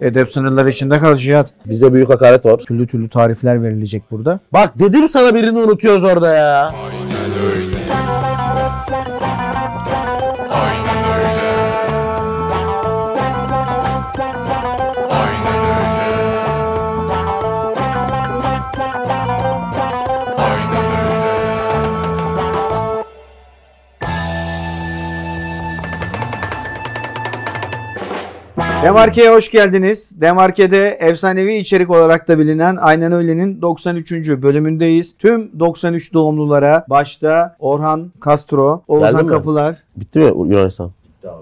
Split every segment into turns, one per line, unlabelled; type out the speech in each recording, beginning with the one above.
Edep sınırları içinde kal Cihat.
Bize büyük hakaret var.
Türlü türlü tarifler verilecek burada.
Bak dedim sana birini unutuyoruz orada ya.
Demarke'ye hoş geldiniz. Demarke'de efsanevi içerik olarak da bilinen Aynen Öyle'nin 93. bölümündeyiz. Tüm 93 doğumlulara başta Orhan Castro, Oğuzhan
Geldin mi?
Kapılar,
Bitti mi Yunanistan?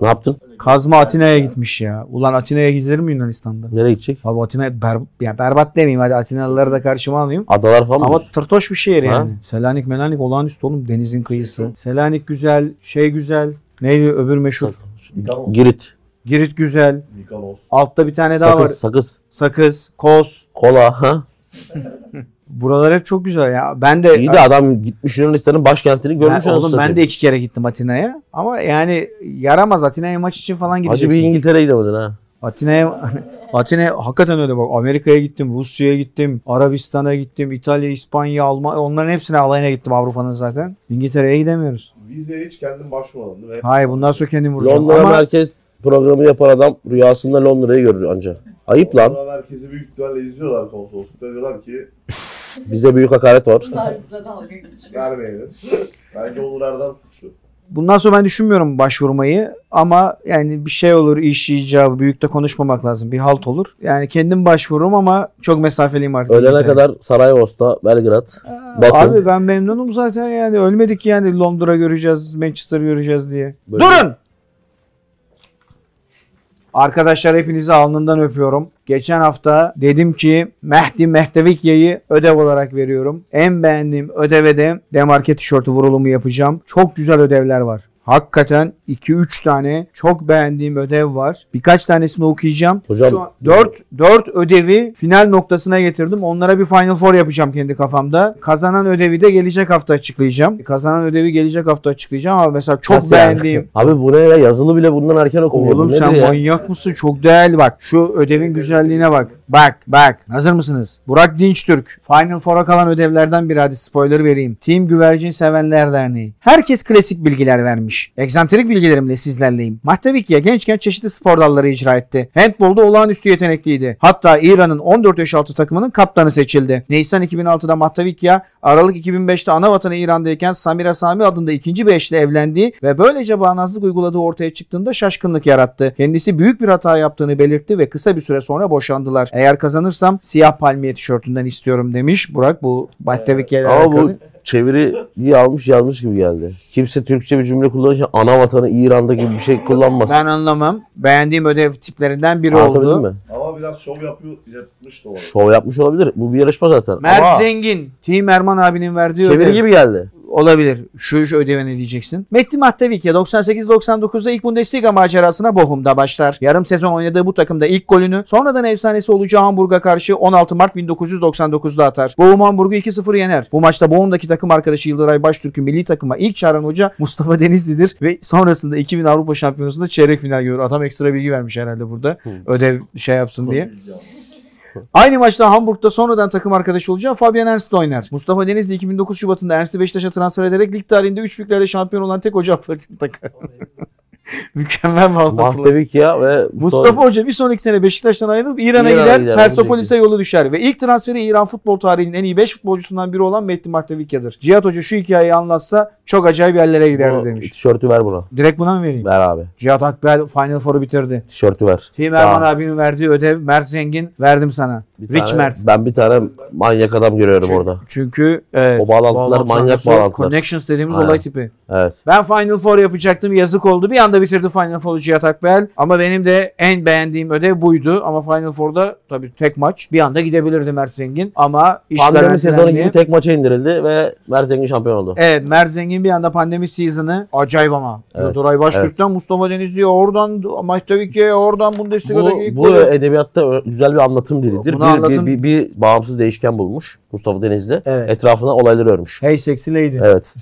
Ne yaptın?
Kazma Atina'ya gitmiş ya. Ulan Atina'ya gidilir mi Yunanistan'da?
Nereye gidecek?
Abi Atina ber, yani berbat demeyeyim hadi Atinalıları da karşıma almayayım.
Adalar falan mı?
Ama
diyorsun?
tırtoş bir şehir
Ha? Şey
yani. Selanik melanik olağanüstü oğlum denizin kıyısı. Selanik güzel, şey güzel. Neydi öbür meşhur?
Mikanos.
Girit.
Girit güzel.
Mikanos.
Altta bir tane daha
Sakız,
var.
sakız.
Sakız, Kos.
Kola. Ha?
Buralar hep çok güzel ya. Ben de
İyi de adam gitmiş Yunanistan'ın başkentini görmüş
ben,
anasını
E, oğlum ben
satayım.
de iki kere gittim Atina'ya. Ama yani yaramaz Atina'ya maç için falan
Hacı bir
gideceksin.
İngiltere'ye gidemedin ha.
Atina'ya Atina hakikaten öyle bak. Amerika'ya gittim, Rusya'ya gittim, Arabistan'a gittim, İtalya, İspanya, Almanya onların hepsine alayına gittim Avrupa'nın zaten. İngiltere'ye gidemiyoruz.
Vizeye hiç kendin başvurmadın değil mi?
Hayır bundan sonra kendim vuracağım.
Londra
Ama
merkez programı yapan adam rüyasında Londra'yı görür anca. Ayıp lan.
Sonra merkezi büyük ihtimalle izliyorlar konsoloslukta. Diyorlar ki
Bize büyük hakaret var.
Paris'le dalga geçiyor.
vermeyelim. Bence Onur Erdem suçlu.
bundan sonra ben düşünmüyorum başvurmayı ama yani bir şey olur iş icabı büyük de konuşmamak lazım. Bir halt olur. Yani kendim başvururum ama çok mesafeliyim artık.
Ölene
İngiltere'ye.
kadar Saraybosna, Belgrad, Bakın.
Abi ben memnunum zaten yani ölmedik yani Londra göreceğiz, Manchester göreceğiz diye.
Böyle-
Durun! Arkadaşlar hepinizi alnından öpüyorum. Geçen hafta dedim ki Mehdi Mehtevikya'yı ödev olarak veriyorum. En beğendiğim ödeve de demarke tişörtü vurulumu yapacağım. Çok güzel ödevler var. Hakikaten 2-3 tane çok beğendiğim ödev var. Birkaç tanesini okuyacağım.
Hocam-
4, 4 ödevi final noktasına getirdim. Onlara bir Final Four yapacağım kendi kafamda. Kazanan ödevi de gelecek hafta açıklayacağım. Kazanan ödevi gelecek hafta açıklayacağım ama mesela çok
Nasıl yani?
beğendiğim
Abi bu ne ya? Yazılı bile bundan erken okumuyor.
Oğlum
Bu nedir
sen
ya?
manyak mısın? Çok değerli bak. Şu ödevin güzelliğine bak. Bak bak. Hazır mısınız? Burak Dinçtürk. Final Four'a kalan ödevlerden bir hadi spoiler vereyim. Team Güvercin Sevenler Derneği. Herkes klasik bilgiler vermiş. Eksantrik bilgilerimle sizlerleyim. Mahtavikya gençken çeşitli spor dalları icra etti. Handbolda olağanüstü yetenekliydi. Hatta İran'ın 14 yaş altı takımının kaptanı seçildi. Nisan 2006'da Mahtavikya Aralık 2005'te ana vatanı İran'dayken Samira Sami adında ikinci bir eşle evlendiği ve böylece bağnazlık uyguladığı ortaya çıktığında şaşkınlık yarattı. Kendisi büyük bir hata yaptığını belirtti ve kısa bir süre sonra boşandılar. Eğer kazanırsam siyah palmiye tişörtünden istiyorum demiş Burak bu Mahtavikya ile
Ama bu
alakalı.
çeviri diye almış yazmış gibi geldi. Kimse Türkçe bir cümle kullanırken ana vatanı İran'da gibi bir şey kullanmaz.
Ben anlamam. Beğendiğim ödev tiplerinden biri
Anlatabildim
oldu.
mi?
Ama biraz şov yapıyor, yapmış da olabilir.
Şov yapmış olabilir. Bu bir yarışma zaten.
Mert
Ama
Zengin. Team Erman abinin verdiği ödev.
çeviri gibi geldi.
olabilir. Şu, şu ödevini diyeceksin. Mehdi Mahtevikya 98-99'da ilk Bundesliga macerasına Bochum'da başlar. Yarım sezon oynadığı bu takımda ilk golünü sonradan efsanesi olacağı Hamburg'a karşı 16 Mart 1999'da atar. Bochum Hamburg'u 2-0 yener. Bu maçta Bochum'daki takım arkadaşı Yıldıray Baştürk'ün milli takıma ilk çağıran hoca Mustafa Denizli'dir ve sonrasında 2000 Avrupa Şampiyonası'nda çeyrek final görür. Adam ekstra bilgi vermiş herhalde burada. Ödev şey yapsın diye. Aynı maçta Hamburg'da sonradan takım arkadaşı olacağı Fabian Ernst oynar. Mustafa Denizli 2009 Şubat'ında Ernst'i Beşiktaş'a transfer ederek lig tarihinde 3 büyüklerle şampiyon olan tek hoca Fatih Takar. Mükemmel bağlantılı.
Mahtevik ya ve
Mustafa Hoca bir sonraki sene Beşiktaş'tan ayrılıp İran'a
İran'a
gider,
gider,
Persepolis'e yolu düşer ve ilk transferi İran futbol tarihinin en iyi 5 futbolcusundan biri olan Mehdi Matevikya'dır. Cihat Hoca şu hikayeyi anlatsa çok acayip yerlere giderdi
Bu
demiş.
Tişörtü ver buna.
Direkt buna mı vereyim?
Ver abi.
Cihat Akbel Final Four'u bitirdi.
Tişörtü ver.
Tim Şey, Erman
Daha.
abinin verdiği ödev Mert Zengin verdim sana.
Bir
Rich
tane-
Mert.
Ben bir tane manyak adam görüyorum
Çünkü-
orada.
Çünkü evet,
O bağlantılar manyak
nasıl?
bağlantılar.
Connections dediğimiz
Aynen.
olay tipi.
Evet.
Ben Final Four yapacaktım. Yazık oldu. Bir anda bitirdi Final Four'u Cihat Akbel. Ama benim de en beğendiğim ödev buydu. Ama Final Four'da tabii tek maç. Bir anda gidebilirdi Mert Zengin. Ama iş
Pandemi sezonu
garantilendi.
gibi tek maça indirildi ve Mert Zengin şampiyon oldu.
Evet Mert Zengin bir anda pandemi season'ı acayip ama.
Evet.
Duray Baştürk'ten Mustafa Denizli'ye oradan Mahtavikye'ye oradan Bundesliga'daki
Bu,
ilk
bu
golü.
edebiyatta ö- güzel bir anlatım dilidir.
Bunu
bir,
anlatım-
bir, bir, bir bağımsız değişken bulmuş Mustafa Denizli.
Evet.
Etrafına olayları örmüş.
Hey sexy lady.
Evet.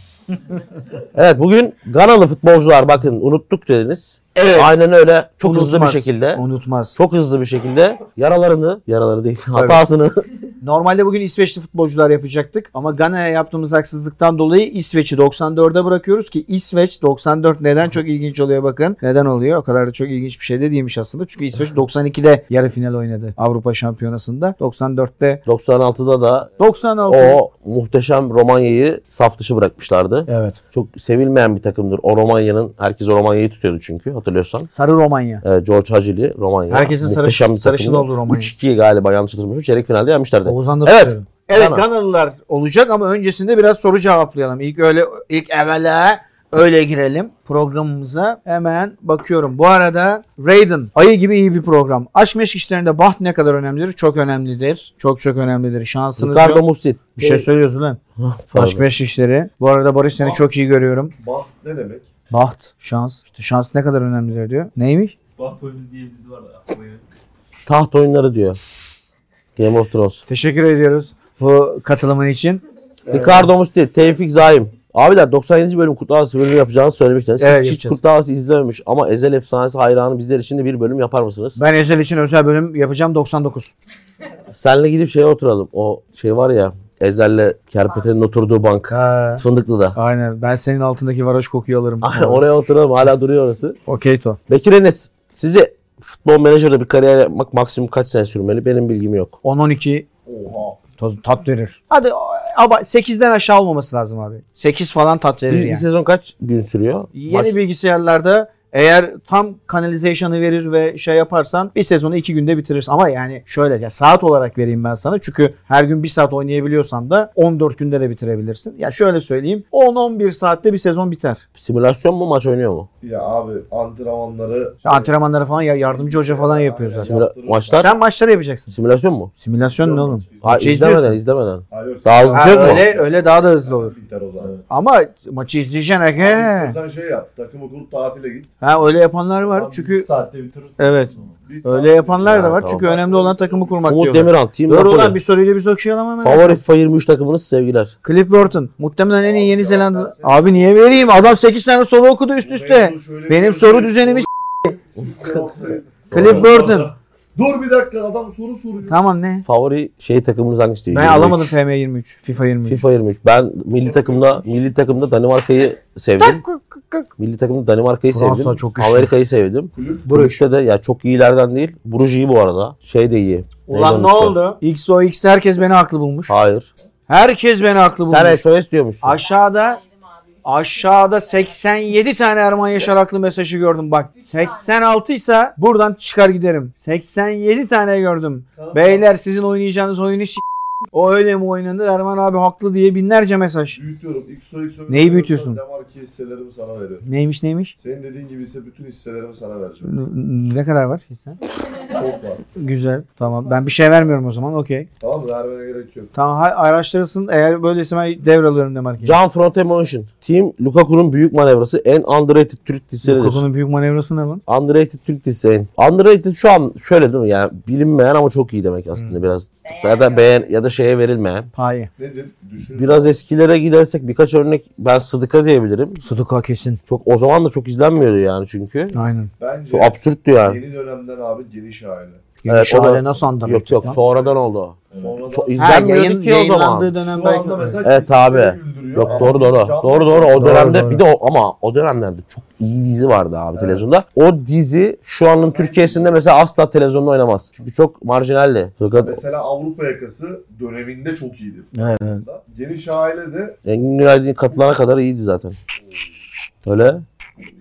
evet bugün Ganalı futbolcular bakın unuttuk dediniz.
Evet.
Aynen öyle. Çok hızlı bir
Unutmaz,
şekilde.
Unutmaz.
Çok hızlı bir şekilde yaralarını, yaraları değil, hatasını
Normalde bugün İsveçli futbolcular yapacaktık ama Gana'ya yaptığımız haksızlıktan dolayı İsveç'i 94'e bırakıyoruz ki İsveç 94 neden çok ilginç oluyor bakın. Neden oluyor? O kadar da çok ilginç bir şey de değilmiş aslında. Çünkü İsveç 92'de yarı final oynadı Avrupa Şampiyonası'nda. 94'te
96'da da
96.
o muhteşem Romanya'yı saf dışı bırakmışlardı.
Evet.
Çok sevilmeyen bir takımdır. O Romanya'nın, herkes o Romanya'yı tutuyordu çünkü hatırlıyorsan.
Sarı Romanya.
Ee, George Hacili Romanya.
Herkesin sarış-
Muhteşem bir
sarışın
takımdı.
olduğu Romanya.
3-2 galiba yanlış hatırlamıyorum. Çeyrek finalde yenmişlerdi.
Oğuzhan da
Evet.
tutuyorum. Evet
Gana.
Ganalılar olacak ama öncesinde biraz soru cevaplayalım. İlk öyle ilk evvela öyle girelim programımıza. Hemen bakıyorum. Bu arada Raiden ayı gibi iyi bir program. Aşk meşk işlerinde baht ne kadar önemlidir? Çok önemlidir. Çok çok önemlidir. Şansınız
Ricardo
yok.
Musit.
Bir şey söylüyorsun lan.
Pardon. Ah.
Aşk meşk işleri. Bu arada Barış seni
Baht.
çok iyi görüyorum.
Baht ne demek?
Baht, şans. İşte şans ne kadar önemlidir diyor. Neymiş?
Baht Oyunu diye bir dizi var. aklıma geldi.
Taht oyunları diyor. Game of Thrones.
Teşekkür ediyoruz bu katılımın için.
Ricardo Musti, Tevfik Zaim. Abiler 97. bölüm Kurtlar Vadisi bölümü yapacağını söylemiştiniz.
Evet,
Hiç
yapacağız.
Kurtlar Vadisi izlememiş ama Ezel Efsanesi hayranı bizler için de bir bölüm yapar mısınız?
Ben Ezel için özel bölüm yapacağım 99.
Senle gidip şeye oturalım. O şey var ya Ezel'le Kerpeten'in oturduğu bank.
Ha.
Fındıklı'da.
Aynen. Ben senin altındaki varoş kokuyu alırım.
Aynen oraya oturalım. Hala duruyor orası.
Okey to.
Bekir Enes. Sizce futbol menajerde bir kariyer yapmak maksimum kaç sene sürmeli? Benim bilgim yok.
10-12
Oha.
to- tat verir. Hadi o- ama 8'den aşağı olmaması lazım abi. 8 falan tat
Bir,
verir
bir
yani.
sezon kaç gün sürüyor?
Yeni
Maç-
bilgisayarlarda eğer tam kanalizasyonu verir ve şey yaparsan bir sezonu iki günde bitirirsin. Ama yani şöyle ya saat olarak vereyim ben sana. Çünkü her gün bir saat oynayabiliyorsan da 14 günde de bitirebilirsin. Ya şöyle söyleyeyim 10-11 saatte bir sezon biter.
Simülasyon mu maç oynuyor mu?
Ya abi antrenmanları...
Şu Antrenmanlara falan ya- yardımcı hoca falan yapıyor
Aynen,
zaten.
Simüla-
yaptırırız.
maçlar-
Sen maçları yapacaksın.
Simülasyon mu?
Simülasyon ne oğlum?
Ha,
Maçı
izlemeden
Şey izliyorsun.
izlemeden.
Hayır,
Daha hızlı
Ha,
Yok mu?
öyle öyle daha da hızlı olur.
Biter o zaman.
Ama maçı izleyeceksin
Abi
ha.
İstiyorsan şey yap. Takımı kur tatile git.
Ha öyle yapanlar var.
Abi bir
Çünkü
saatte bitirirsin.
evet.
Bir saat-
Öyle yapanlar da var.
Ya,
Çünkü
tamam.
önemli olan takımı kurmak
Umut
diyorlar.
Demirhan, Team
Doğru
Napoli.
olan bir soruyla bir sokuşalım hemen.
Favori FIFA 23 takımınız sevgiler.
Cliff Burton. Muhtemelen en iyi Yeni
Abi,
Zelanda.
ya,
Abi niye vereyim? Adam 8 tane soru okudu
Bu
üst üste.
mevzu şöyle bir şey
Benim
mevzu-
soru şey- düzenimi Cliff
Doğru.
Burton.
Dur bir dakika adam soru soruyor.
Tamam ne?
Favori şey takımınız hangisi diyor?
Ben
23.
alamadım FM 23. FIFA 23.
FIFA 23. Ben milli takımda milli takımda Danimarka'yı sevdim. Milli takımda Danimarka'yı
Fransa
sevdim.
çok güçlü.
Amerika'yı sevdim.
Kulüp
Bruges.
Bruges'te de ya çok iyilerden değil. Bruges iyi bu arada. Şey de iyi. Neydi onun
Ulan ne
ismi?
oldu? XOX herkes beni haklı bulmuş.
Hayır.
Herkes beni haklı bulmuş.
Sen SOS diyormuşsun.
Aşağıda aşağıda 87 tane Erman Yaşar haklı mesajı gördüm bak. 86 ise buradan çıkar giderim. 87 tane gördüm. Beyler sizin oynayacağınız oyunu s- o öyle mi oynanır Erman abi haklı diye binlerce mesaj.
Büyütüyorum. XO, XO,
Neyi büyütüyorsun?
Demarki hisselerimi sana veriyorum.
Neymiş neymiş?
Senin dediğin gibi ise bütün hisselerimi sana vereceğim.
N- n- Ne kadar var hissen?
Çok var.
Güzel tamam ben bir şey vermiyorum o zaman okey.
Tamam mı? Vermene gerek yok.
Tamam ha- araştırırsın eğer böyleyse ben devralıyorum demarkeyi.
Can Front Emotion. Team Lukaku'nun büyük manevrası en underrated Türk dizileridir.
Kokunun büyük manevrası ne lan?
Underrated Türk dizisi. Underrated şu an şöyle değil mi? Yani bilinmeyen ama çok iyi demek aslında biraz. Ya da beğen ya da şeye verilmeyen.
Paye.
Nedir? Düşün.
Biraz eskilere gidersek birkaç örnek ben Sıdık'a diyebilirim.
Sudoku kesin.
Çok o zaman da çok izlenmiyordu yani çünkü.
Aynen.
Bence
Çok absürttü yani.
yeni dönemden abi geniş aile.
Geniş
o da-
aile nasıl andırmak?
Yok yok sonradan oldu. o.
Sonra
Çok
da
Ha,
izlenmiyordu
yayın,
ki o zaman.
yayınlandığı dönem
şu
belki.
anda mesela
Evet
kesinlikle
abi.
güldürüyor.
Yok
Ama
doğru doğru.
can-
Doğru doğru. O
Doğru,
dönemde
doğru.
bir de o, ama o dönemlerde çok iyi dizi vardı abi televizyonda. O dizi şu anın Türkiye'sinde mesela asla televizyonda oynamaz. Çünkü çok marjinaldi. Fakat
Mesela Avrupa yakası döneminde çok iyiydi.
Evet, evet.
Geniş aile de
Engin Günaydın katılana kadar iyiydi zaten. Öyle.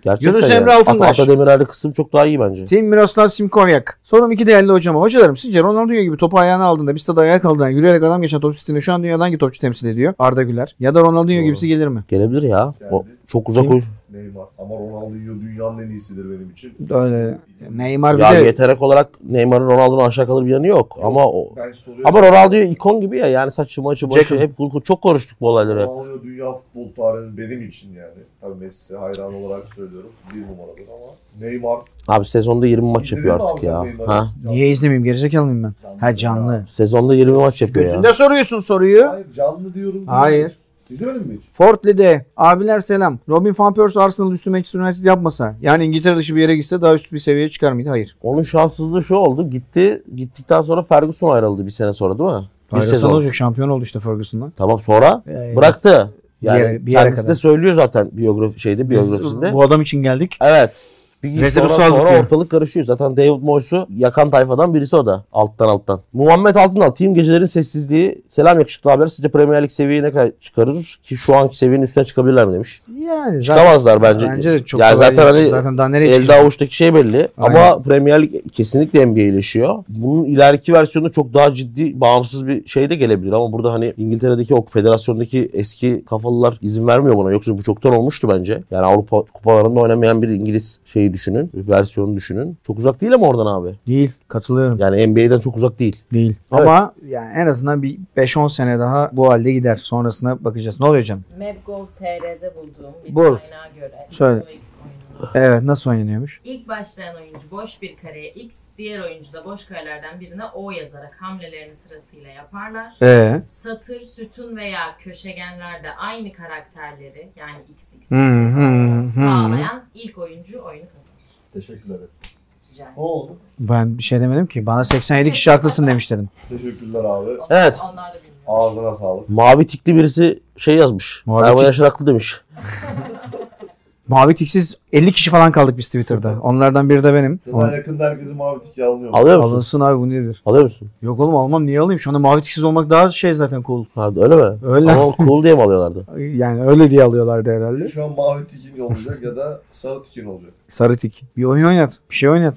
Gerçekten
Yunus Emre
At-
Altıntaş.
Ata Demirer'li kısım çok daha iyi bence.
Tim Miroslav Simkonyak. Sorum iki değerli hocama. Hocalarım sizce Ronaldinho gibi topu ayağına aldığında bir stada ayağa kaldıran yürüyerek adam geçen top stilini şu an dünyada hangi topçu temsil ediyor? Arda Güler. Ya da Ronaldinho
Doğru.
gibisi gelir mi?
Gelebilir ya. O,
Geldi.
çok uzak
Kim?
uç.
Neymar. Ama Ronaldinho dünyanın en iyisidir benim için.
Öyle. Neymar bir
Ya
de
yetenek olarak Neymar'ın Ronaldo'nun aşağı kalır bir yanı yok. Ama o,
Ben soruyorum.
ama Ronaldo ikon gibi ya. Yani saçı maçı başı
Jackson.
hep kul- kul- çok konuştuk bu olayları.
Ronaldo dünya futbol tarihinin benim için yani. Tabii Messi hayran olarak söylüyorum. Bir numaradır ama Neymar.
Abi sezonda 20 maç
İzledin
yapıyor
mi
artık
abi sen
ya.
Neymar'ı?
Ha?
niye izlemeyeyim? Gerizekalı mıyım ben? Ha canlı.
Sezonda 20 maç yapıyor ya.
Götünde soruyorsun soruyu.
Hayır canlı diyorum.
Hayır.
İzlemedin mi hiç?
Fortli'de abiler selam. Robin Van Persie Arsenal üstü Manchester United yapmasa yani İngiltere dışı bir yere gitse daha üst bir seviyeye çıkar mıydı? Hayır.
Onun şanssızlığı şu oldu. Gitti. Gittikten sonra Ferguson ayrıldı bir sene sonra değil mi? Bir
Ayrıca
sezon.
olacak şampiyon oldu işte Ferguson'la.
Tamam sonra
Ee,
bıraktı. Yani
Bir yere- bir yere
kendisi
kadar.
de söylüyor zaten biyografi şeyde
Biz
biyografisinde.
bu adam için geldik.
Evet. Bir gün
Rezil
sonra,
Usta aldık
sonra
diyor.
ortalık karışıyor. Zaten David Moyes'u yakan tayfadan birisi o da. Alttan alttan. Muhammed Altınal. Team gecelerin sessizliği. Selam yakışıklı haber. Sizce Premier Lig seviyeyi ne kadar çıkarır? Ki şu anki seviyenin üstüne çıkabilirler mi demiş.
Yani zaten,
Çıkamazlar bence.
bence de çok
yani
kolay
zaten
değil.
hani
zaten daha nereye
elde
çıkacak?
avuçtaki şey belli.
Aynen.
Ama Premier Lig kesinlikle NBA'leşiyor. Bunun ileriki versiyonu çok daha ciddi bağımsız bir şey de gelebilir. Ama burada hani İngiltere'deki o federasyondaki eski kafalılar izin vermiyor buna. Yoksa bu çoktan olmuştu bence. Yani Avrupa kupalarında oynamayan bir İngiliz şeyi düşünün. Versiyonu düşünün. Çok uzak değil ama oradan abi.
Değil. Katılıyorum.
Yani NBA'den çok uzak değil.
Değil.
Evet.
Ama yani en azından bir 5-10 sene daha bu halde gider. Sonrasına bakacağız. Ne oluyor canım?
Map.gov.tr'de bulduğum bir
Bul.
kaynağa göre.
Söyle.
Lotto X oyununu.
Evet nasıl oynanıyormuş?
İlk başlayan oyuncu boş bir kareye X, diğer oyuncu da boş karelerden birine O yazarak hamlelerini sırasıyla yaparlar.
Ee,
Satır, sütun veya köşegenlerde aynı karakterleri yani XX
Hı hı hı.
sağlayan ilk oyuncu oyunu kazanır.
Teşekkürler Esin.
Rica ederim.
Ne oldu?
ben bir şey demedim ki. Bana 87 kişi haklısın demiş dedim.
Teşekkürler abi.
Onlar-
Evet.
Onlar da bilmiyor.
Ağzına sağlık.
Mavi tikli birisi şey yazmış.
Mavi
Erman
tik-
Yaşar haklı demiş.
Mavi tiksiz 50 kişi falan kaldık biz Twitter'da. Onlardan biri de benim.
Daha yakında herkesin mavi tiki alınıyor.
Alıyor musun?
Alınsın abi bu nedir?
Alıyor musun?
Yok oğlum almam niye alayım? Şu anda mavi tiksiz olmak daha şey zaten cool.
Ha, öyle mi?
Öyle.
Ama cool diye mi alıyorlardı?
Yani öyle diye alıyorlardı herhalde.
Şu an mavi tikin olacak ya da sarı tikin olacak.
Sarı tik. Bir oyun oynat. Bir şey oynat.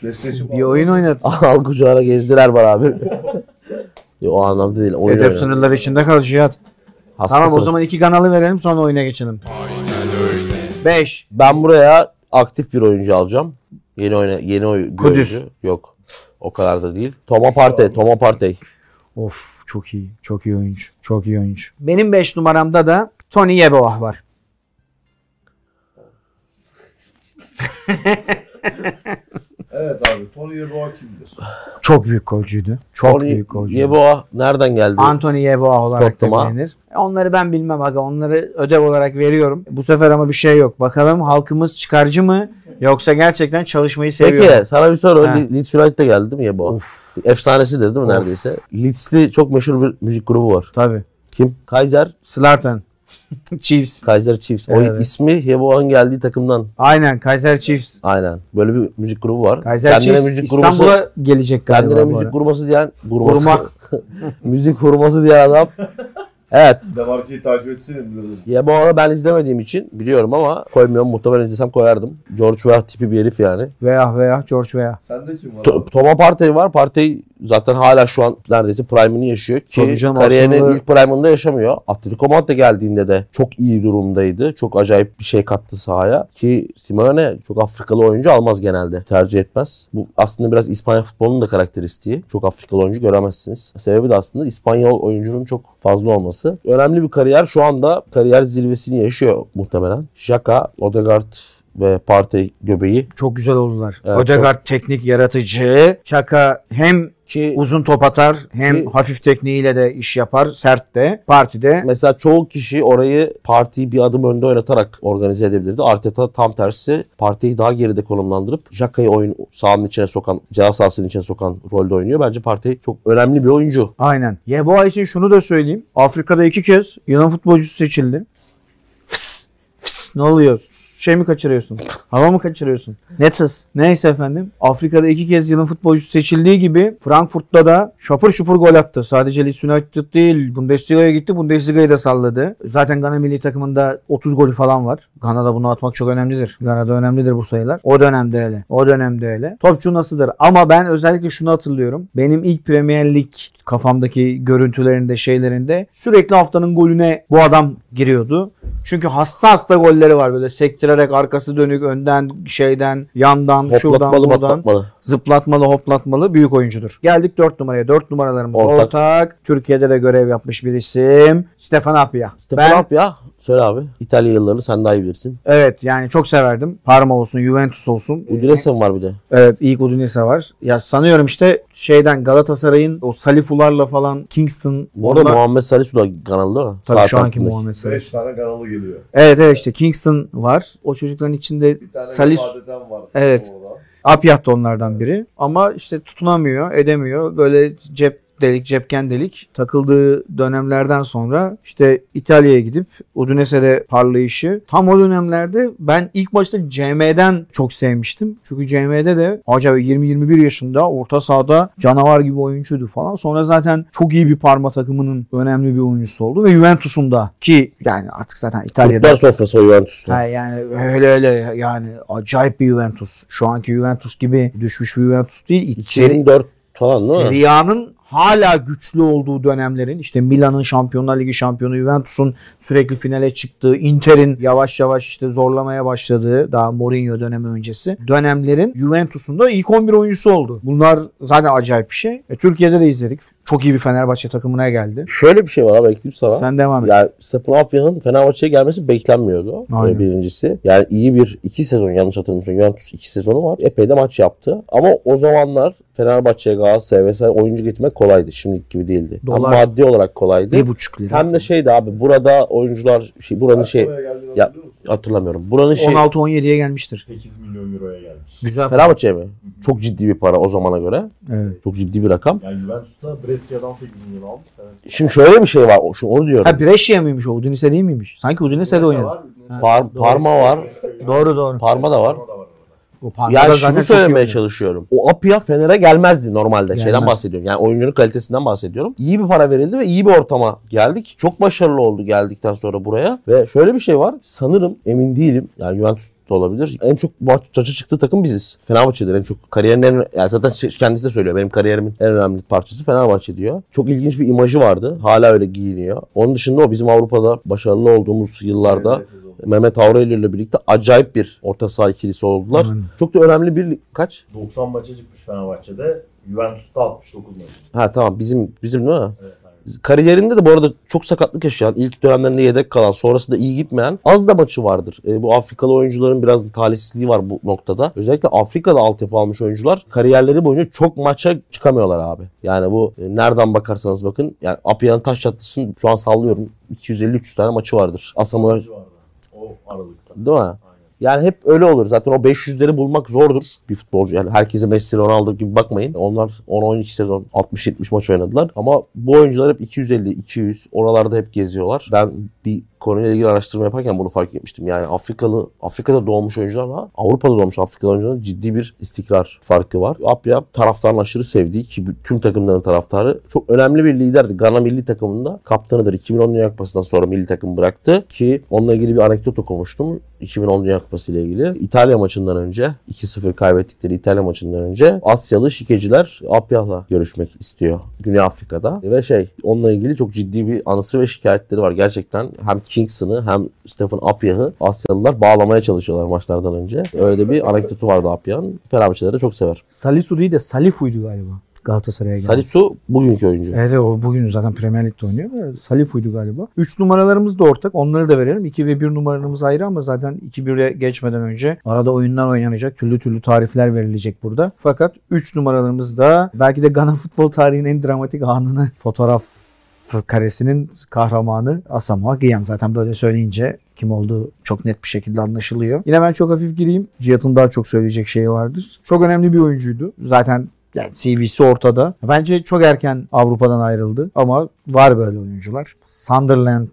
PlayStation
Bir oyun oynat.
Al kucağına gezdiler beraber. Yo, o anlamda değil. Oyun
Edep
oynuyor.
sınırları içinde kal Cihat. Tamam o zaman iki kanalı verelim sonra oyuna geçelim. 5.
Ben buraya aktif bir oyuncu alacağım. Yeni oyna yeni oy- bir
Kudüs.
oyuncu. Yok. O kadar da değil. Toma Partey, Toma Partey.
Of çok iyi. Çok iyi oyuncu. Çok iyi oyuncu. Benim 5 numaramda da Tony Yeboah var.
Evet abi Tony Yeboah kimdir?
Çok büyük golcüydü. Çok büyük golcüydü.
Yeboa nereden geldi?
Anthony Yeboah olarak da
Tottenham'a.
bilinir. Onları ben bilmem aga. Onları ödev olarak veriyorum. Bu sefer ama bir şey yok. Bakalım halkımız çıkarcı mı yoksa gerçekten çalışmayı seviyor. mu?
Peki sana bir soru.
Ha.
Le- Leeds United'de geldi değil mi Yeboa? Efsanesidir değil mi neredeyse? Leeds'li çok meşhur bir müzik grubu var.
Tabii.
Kim? Kaiser.
Slartan. Chiefs.
Kaiser Chiefs. O
Evet.
ismi Yeboa'nın geldiği takımdan.
Aynen. Kaiser Chiefs.
Aynen. Böyle bir müzik grubu var.
Kaiser
Kendine
Chiefs
müzik grubu-
İstanbul'a gelecek galiba.
Kendine
bu ara.
müzik hurması diyen hurması.
Hurma.
müzik hurması diyen adam. Evet.
Demarke'yi takip etseydim bilirdim.
Ya bu ara ben izlemediğim için biliyorum ama koymuyorum. Muhtemelen izlesem koyardım. George Weah tipi bir herif yani.
Veya veya George veya.
Sende kim var
To-
abi?
Toma Partey var. Partey zaten hala şu an neredeyse prime'ini yaşıyor
Tabii
ki
canım,
kariyerinin
aslında-
ilk prime'ında yaşamıyor. Atletico Madrid geldiğinde de çok iyi durumdaydı. Çok acayip bir şey kattı sahaya ki Simeone çok Afrikalı oyuncu almaz genelde. Tercih etmez. Bu aslında biraz İspanya futbolunun da karakteristiği. Çok Afrikalı oyuncu göremezsiniz. Sebebi de aslında İspanyol oyuncunun çok fazla olması. Önemli bir kariyer. Şu anda kariyer zirvesini yaşıyor muhtemelen. Xhaka, Odegaard ve Partey göbeği
Çok güzel oldular.
Evet,
Ödegaard teknik yaratıcı. Çaka hem
ki
uzun top atar hem
Ki-
hafif tekniğiyle de iş yapar. Sert de. Partide
Mesela çoğu kişi orayı partiyi bir adım önde oynatarak organize edebilirdi. Arteta tam tersi partiyi daha geride konumlandırıp Jaka'yı oyun sahanın içine sokan, ceza sahasının içine sokan rolde oynuyor. Bence parti çok önemli bir oyuncu.
Aynen. Yeboa için şunu da söyleyeyim. Afrika'da iki kez yılın futbolcusu seçildi. Fıs, fıs. Ne oluyor? Şey mi kaçırıyorsun? Hava mı kaçırıyorsun? Ne tıs? Neyse efendim. Afrika'da iki kez yılın futbolcusu seçildiği gibi Frankfurt'ta da şapır şupur gol attı. Sadece Leeds United değil. Bundesliga'ya gitti. Bundesliga'yı da salladı. Zaten Gana milli takımında 30 golü falan var. Gana'da bunu atmak çok önemlidir. Gana'da önemlidir bu sayılar. O dönemde öyle. O dönemde öyle. Topçu nasıldır? Ama ben özellikle şunu hatırlıyorum. Benim ilk Premier Lig kafamdaki görüntülerinde şeylerinde sürekli haftanın golüne bu adam giriyordu. Çünkü hasta hasta golleri var böyle sektirerek arkası dönük önden şeyden yandan şuradan
Hoplatmalı
buradan
patlatmalı.
zıplatmalı hoplatmalı büyük oyuncudur. Geldik 4 numaraya. 4 numaralarımız ortak.
Ortak.
Türkiye'de de görev yapmış bir isim. Stefan Apia.
Stefan
Ben
Apia Söyle abi. İtalya yıllarını sen daha iyi bilirsin.
Evet yani çok severdim. Parma olsun, Juventus olsun.
Udinese mi var bir de?
Evet ilk Udinese var. Ya sanıyorum işte şeyden Galatasaray'ın o Salifularla falan Kingston.
Bu arada
onlar-
Muhammed Salih Suda kanalı değil mi?
Tabii şu anki
Southampton'daki.
Muhammed Salah.
5 tane kanalı geliyor.
Evet evet işte Kingston var. O çocukların içinde
Bir tane
Salih
ifadeden var.
Evet.
orada.
Apyat da onlardan biri. Ama işte tutunamıyor, edemiyor. Böyle cep delik, cepken delik takıldığı dönemlerden sonra işte İtalya'ya gidip Udinese'de parlayışı. Tam o dönemlerde ben ilk başta CM'den çok sevmiştim. Çünkü CM'de de acaba 20-21 yaşında orta sahada canavar gibi oyuncuydu falan. Sonra zaten çok iyi bir parma takımının önemli bir oyuncusu oldu ve Juventus'un da ki yani artık zaten İtalya'da
Kurtlar sofrası o Juventus'ta.
Ha, yani öyle öyle yani acayip bir Juventus. Şu anki Juventus gibi düşmüş bir Juventus değil. İç- Seri,
2004 falan değil mi?
Serie A'nın hala güçlü olduğu dönemlerin işte Milan'ın Şampiyonlar Ligi şampiyonu, Juventus'un sürekli finale çıktığı, Inter'in yavaş yavaş işte zorlamaya başladığı daha Mourinho dönemi öncesi dönemlerin Juventus'un da ilk 11 oyuncusu oldu. Bunlar zaten acayip bir şey. E, Türkiye'de de izledik. Çok iyi bir Fenerbahçe takımına geldi.
Şöyle bir şey var abi ekleyeyim sana.
Sen devam et.
Yani Stephen Apya'nın Fenerbahçe'ye gelmesi beklenmiyordu.
Aynen.
Aynen. Birincisi. Yani iyi bir iki sezon yanlış hatırlamıyorsam Juventus iki sezonu var. Epey de maç yaptı. Ama o zamanlar Fenerbahçe'ye Galatasaray'a vesaire oyuncu getirmek kolaydı. Şimdiki gibi değildi. Ama
Dolar-
maddi olarak kolaydı.
Bir buçuk lira.
Hem de şeydi abi burada oyuncular şey buranın şey
Buraya geldiğini
Ya-
hatırlıyor musun?
hatırlamıyorum. Buranın şey
16-17'ye gelmiştir.
8 milyon euroya gelmiş.
Güzel.
Fenerbahçe'ye mi? Çok ciddi bir para o zamana göre.
Evet.
Çok ciddi bir rakam.
Yani Juventus'ta Brescia'dan 8 milyon almış. Evet.
Şimdi şöyle bir şey var. o- Şu onu diyorum.
Ha Brescia mıymış o? Udinese değil miymiş? Sanki Udinese'de oynadı.
Par- parma var.
Doğru doğru.
Parma da var.
O parmada
Yani
zaten
şunu
çok iyi
söylemeye
oynuyor.
çalışıyorum. O Apia Fener'e gelmezdi normalde. Şeyden
Gelmez.
bahsediyorum. Yani oyuncunun kalitesinden bahsediyorum. İyi bir para verildi ve iyi bir ortama geldik. Çok başarılı oldu geldikten sonra buraya. Ve şöyle bir şey var. Sanırım emin değilim. Yani Juventus da olabilir. En çok maça çıktığı takım biziz. Fenerbahçe'dir en çok. Kariyerin en... Yani zaten şey- kendisi de söylüyor. Benim kariyerimin en önemli parçası Fenerbahçe diyor. Çok ilginç bir imajı vardı. Hala öyle giyiniyor. Onun dışında o bizim Avrupa'da başarılı olduğumuz yıllarda Mehmet Aurelio ile birlikte acayip bir orta saha ikilisi oldular.
Aynen.
Çok da önemli bir kaç?
90 maça çıkmış Fenerbahçe'de. Juventus'ta 69 maç.
Ha tamam bizim bizim değil mi?
Evet, aynen.
Kariyerinde de bu arada çok sakatlık yaşayan, ilk dönemlerinde yedek kalan, sonrasında iyi gitmeyen az da maçı vardır. E, bu Afrikalı oyuncuların biraz da talihsizliği var bu noktada. Özellikle Afrika'da altyapı almış oyuncular kariyerleri boyunca çok maça çıkamıyorlar abi. Yani bu e, nereden bakarsanız bakın. Yani Apia'nın taş çatlısının şu an sallıyorum 250-300 tane maçı vardır. Asamoah
Maçı vardı. O aralıkta.
değil mi?
Aynen.
Yani hep öyle olur. Zaten o 500'leri bulmak zordur bir futbolcu. Yani herkese Messi, Ronaldo gibi bakmayın. Onlar 10-12 sezon 60-70 maç oynadılar. Ama bu oyuncular hep 250-200 oralarda hep geziyorlar. Ben bir konuyla ilgili araştırma yaparken bunu fark etmiştim. Yani Afrikalı, Afrika'da doğmuş oyuncularla Avrupa'da doğmuş Afrikalı oyuncuların ciddi bir istikrar farkı var. Apya taraftarın aşırı sevdiği ki tüm takımların taraftarı çok önemli bir liderdi. Ghana milli takımında kaptanıdır. 2010 Dünya Kupası'ndan sonra milli takım bıraktı ki onunla ilgili bir anekdot okumuştum. 2010 Dünya Kupası ile ilgili. İtalya maçından önce 2-0 kaybettikleri İtalya maçından önce Asyalı şikeciler Apya'la görüşmek istiyor Güney Afrika'da. Ve şey onunla ilgili çok ciddi bir anısı ve şikayetleri var. Gerçekten hem Kingston'ı hem Stephen Apya'yı Asyalılar bağlamaya çalışıyorlar maçlardan önce. Öyle de bir anekdotu vardı Apya'nın. Fenerbahçeleri de çok sever.
Salisu değil de Salifu'ydu galiba. Galatasaray'a geldi.
Salisu bugünkü oyuncu.
Evet o bugün zaten Premier Lig'de oynuyor da Salifu'ydu galiba. 3 numaralarımız da ortak. Onları da verelim. 2 ve 1 numaralarımız ayrı ama zaten 2-1'e geçmeden önce arada oyunlar oynanacak. Türlü türlü tarifler verilecek burada. Fakat 3 numaralarımız da belki de Ghana futbol tarihinin en dramatik anını fotoğraf karesinin kahramanı Asamoah Gyan. Zaten böyle söyleyince kim olduğu çok net bir şekilde anlaşılıyor. Yine ben çok hafif gireyim. Cihat'ın daha çok söyleyecek şeyi vardır. Çok önemli bir oyuncuydu. Zaten yani CV'si ortada. Bence çok erken Avrupa'dan ayrıldı ama var böyle oyuncular. Sunderland,